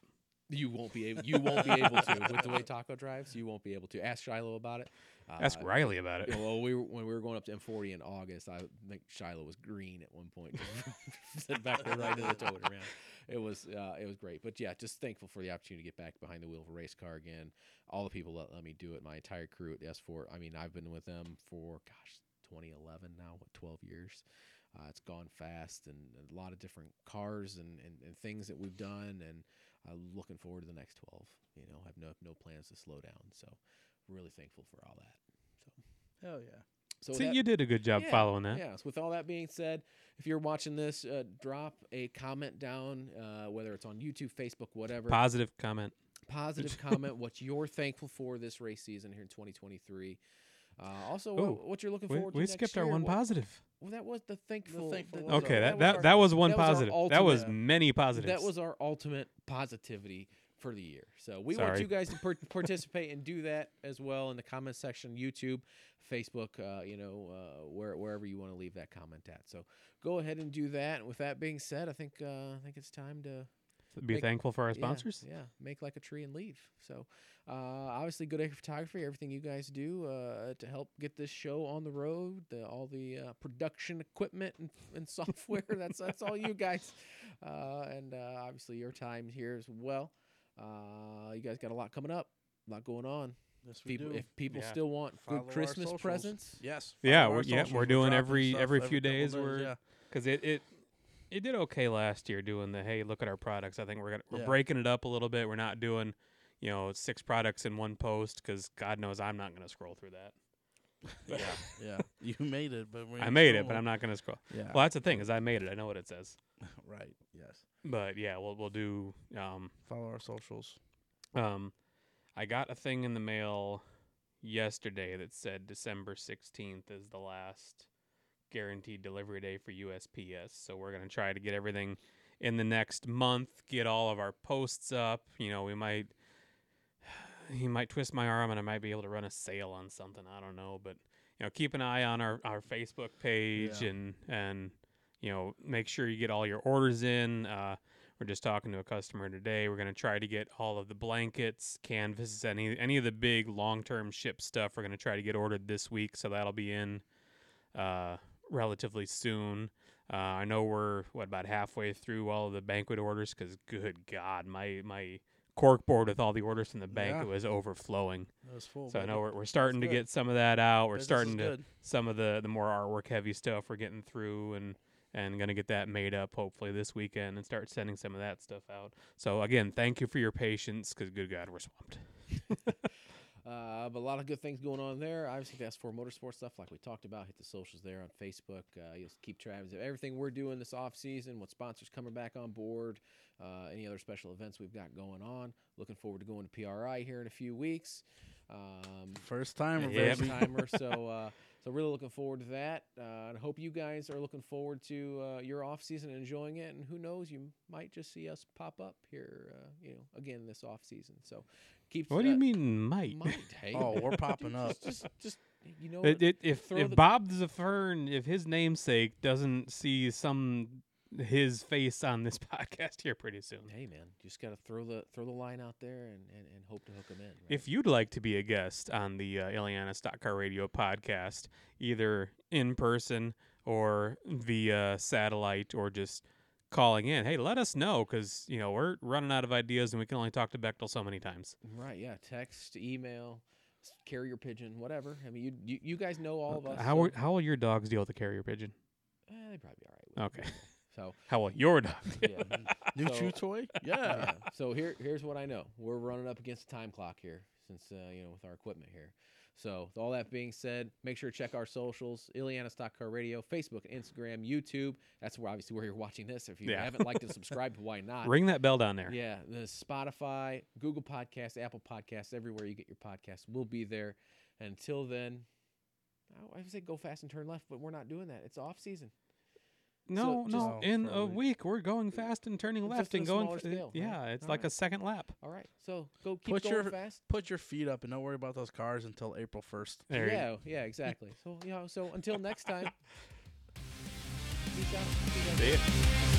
Speaker 1: you won't be able you won't be able to with the way Taco drives. You won't be able to ask Shiloh about it. Uh,
Speaker 3: Ask Riley about [laughs] it.
Speaker 1: you know, Well, we were, when we were going up to M40 in August, I think Shiloh was green at one point. [laughs] Sent back there right to the tow it around. It was uh, it was great, but yeah, just thankful for the opportunity to get back behind the wheel of a race car again. All the people that let me do it, my entire crew at the S4. I mean, I've been with them for gosh, 2011 now, what 12 years. Uh, it's gone fast, and a lot of different cars and, and, and things that we've done, and I'm looking forward to the next 12. You know, I have no no plans to slow down, so really thankful for all that.
Speaker 2: Hell yeah.
Speaker 1: So with
Speaker 3: See,
Speaker 1: that-
Speaker 3: you did a good job
Speaker 1: Yeah,
Speaker 3: following that.
Speaker 1: Yes. With all that being said, if you're watching this, uh, drop a comment down, uh, whether it's on YouTube, Facebook, whatever.
Speaker 3: Positive comment. [laughs]
Speaker 1: Positive comment. What you're thankful for this race season here in 2023. Uh, also,
Speaker 3: Ooh,
Speaker 1: what, what you're looking
Speaker 3: We,
Speaker 1: forward to.
Speaker 3: we
Speaker 1: next
Speaker 3: skipped our
Speaker 1: year,
Speaker 3: one
Speaker 1: what-
Speaker 3: positive.
Speaker 1: Well, that was the thankful.
Speaker 2: thankful
Speaker 1: that-
Speaker 2: was
Speaker 3: Okay,
Speaker 2: our-
Speaker 3: that
Speaker 1: was
Speaker 3: that,
Speaker 1: our-
Speaker 3: that was one
Speaker 1: that was our
Speaker 3: positive. that was
Speaker 1: ultimate-
Speaker 3: many positives.
Speaker 1: that was our ultimate positivity for the year. So we want
Speaker 3: Sorry.
Speaker 1: you guys to
Speaker 3: [laughs]
Speaker 1: par- participate and do that as well in the comment section, YouTube, Facebook, uh, you know, uh, where, wherever you want to leave that comment at. So go ahead and do that. And with that being said, I think uh, I think it's time to
Speaker 3: be
Speaker 1: Make-
Speaker 3: thankful for our
Speaker 1: yeah,
Speaker 3: sponsors.
Speaker 1: Yeah, make like a tree and leave. So uh, obviously, Good Acre Photography, everything you guys do uh, to help get this show on the road, the, all the uh, production equipment and, and [laughs] software. that's that's all you
Speaker 3: [laughs]
Speaker 1: guys, uh, and uh, obviously your time here as well. Uh, you guys got a lot coming up, a lot going on.
Speaker 2: Yes, we
Speaker 1: People,
Speaker 2: do.
Speaker 1: if people
Speaker 3: Yeah.
Speaker 1: still want
Speaker 2: Follow
Speaker 1: good
Speaker 2: our
Speaker 1: Christmas
Speaker 2: socials.
Speaker 1: presents,
Speaker 2: Yes.
Speaker 3: Yeah,
Speaker 2: follow our
Speaker 3: we're- yeah, we're
Speaker 2: socials. We're
Speaker 3: doing
Speaker 2: dropping
Speaker 3: every-
Speaker 2: stuff
Speaker 3: every few
Speaker 2: couple
Speaker 3: days we're- [laughs]
Speaker 2: yeah.
Speaker 3: because it, it it did okay last year doing the hey look at our products i think we're gonna we're
Speaker 2: Yeah.
Speaker 3: breaking it up a little bit we're not doing you know six products in one post because god knows i'm not gonna scroll
Speaker 2: [laughs]
Speaker 3: through that But-
Speaker 2: yeah. [laughs] You made it, but we
Speaker 3: i
Speaker 2: ain't
Speaker 3: made it but
Speaker 2: scrolling.
Speaker 3: i'm not gonna scroll
Speaker 2: Yeah.
Speaker 3: well that's the thing is i made it i know what it says
Speaker 2: Right. Yes.
Speaker 3: but yeah we'll, we'll do um
Speaker 2: Follow our socials.
Speaker 3: um i got a thing in the mail yesterday that said december 16th is the last guaranteed delivery day for USPS. So we're going to try to get everything in the next month, get all of our posts up. You know, we might [sighs] he might twist my arm and I might be able to run a sale on something, I don't know, but you know, keep an eye on our our Facebook page
Speaker 2: Yeah.
Speaker 3: and and you know, make sure you get all your orders in. Uh We're just talking to a customer today. We're going to try to get all of the blankets, canvases, any any of the big long-term ship stuff. We're going to try to get ordered this week, so that'll be in uh, relatively soon. Uh, I know we're what about halfway through all of the banquet orders because good God, my my cork board with all the orders from the bank
Speaker 2: Yeah. Oh,
Speaker 3: it was overflowing.
Speaker 2: That was full.
Speaker 3: so I
Speaker 2: baby.
Speaker 3: know we're, we're starting to
Speaker 2: good.
Speaker 3: get some of that out. We're
Speaker 2: Business is
Speaker 3: starting to
Speaker 2: good.
Speaker 3: some of the the more artwork heavy stuff we're getting through and and gonna get that made up hopefully this weekend and start sending some of that stuff out. So again, thank you for your patience because good God, we're swamped.
Speaker 1: Uh, but a lot of good things going on there. Obviously, that's for motorsport stuff, like we talked about. Hit the socials there on Facebook. Uh, you'll keep track of everything we're doing this off season, what sponsors coming back on board, uh, any other special events we've got going on. Looking forward to going to PRI here in a few weeks. Um,
Speaker 2: First time.
Speaker 3: Yeah,
Speaker 2: reverse
Speaker 1: first
Speaker 3: but- [laughs]
Speaker 1: timer. So, uh, so really looking forward to that. Uh, and I hope you guys are looking forward to uh, your off season and enjoying it. And who knows, you might just see us pop up here, uh, you know, again this off season. So, keep.
Speaker 3: What do you
Speaker 1: uh,
Speaker 3: mean, might? [laughs]
Speaker 1: Might. Hey,
Speaker 2: Oh, we're popping
Speaker 1: dude,
Speaker 2: up.
Speaker 1: [laughs] Just, just, just, you know,
Speaker 3: It,
Speaker 1: what?
Speaker 3: it, if
Speaker 1: throw
Speaker 3: if
Speaker 1: the-
Speaker 3: Bob the Fern, if his namesake doesn't see some his face on this [laughs] podcast here pretty soon.
Speaker 1: hey man, you just gotta throw the throw the line out there and, and, and hope to hook them in. Right?
Speaker 3: If you'd like to be a guest on the uh, Ileana Stock Car Radio podcast, either in person or via satellite or just calling in, hey, let us know because you know we're running out of ideas and we can only talk to Bechtel so many times.
Speaker 1: right, yeah, text, email, s- carrier pigeon, whatever. I mean, you you, you guys know all of us.
Speaker 3: Uh, how
Speaker 1: so,
Speaker 3: are- how will your dogs deal with the carrier pigeon?
Speaker 1: eh, they probably be all right. with it.
Speaker 3: Okay, [laughs]
Speaker 1: So
Speaker 3: how will your dog? [laughs] deal-
Speaker 1: yeah.
Speaker 2: New
Speaker 1: So-
Speaker 2: chew
Speaker 3: [laughs]
Speaker 2: toy?
Speaker 1: yeah.
Speaker 2: Yeah.
Speaker 1: So here, here's what I know. We're running up against a time clock here, since uh, you know with our equipment here. So with all that being said, make sure to check our socials: Ileana Stock Car Radio, Facebook, and Instagram, YouTube. That's where obviously where you're watching this. If you
Speaker 3: Yeah.
Speaker 1: haven't
Speaker 3: [laughs]
Speaker 1: liked and subscribed, why not?
Speaker 3: Ring that bell down there.
Speaker 1: Yeah, the Spotify, Google Podcasts, Apple Podcasts, everywhere you get your podcasts, we'll be there. Until then, I I would say go fast and turn left, but we're not doing that. It's off season.
Speaker 3: No,
Speaker 1: just-
Speaker 3: no.
Speaker 2: Oh,
Speaker 3: In
Speaker 2: for
Speaker 3: a
Speaker 2: a
Speaker 3: week, we're going fast and turning
Speaker 1: Just
Speaker 3: left
Speaker 1: on
Speaker 3: and
Speaker 1: a
Speaker 3: going.
Speaker 1: smaller
Speaker 3: fa-
Speaker 1: scale, right?
Speaker 3: yeah, it's
Speaker 1: All
Speaker 3: like a
Speaker 1: right.
Speaker 3: second lap.
Speaker 1: All right, so go keep
Speaker 2: Put
Speaker 1: going
Speaker 2: your-
Speaker 1: fast.
Speaker 2: Put your feet up and don't worry about those cars until April 1st.
Speaker 3: There you
Speaker 1: yeah, yeah,
Speaker 3: [laughs]
Speaker 1: exactly. So you know, so until next time. peace out. See you guys.
Speaker 3: See ya.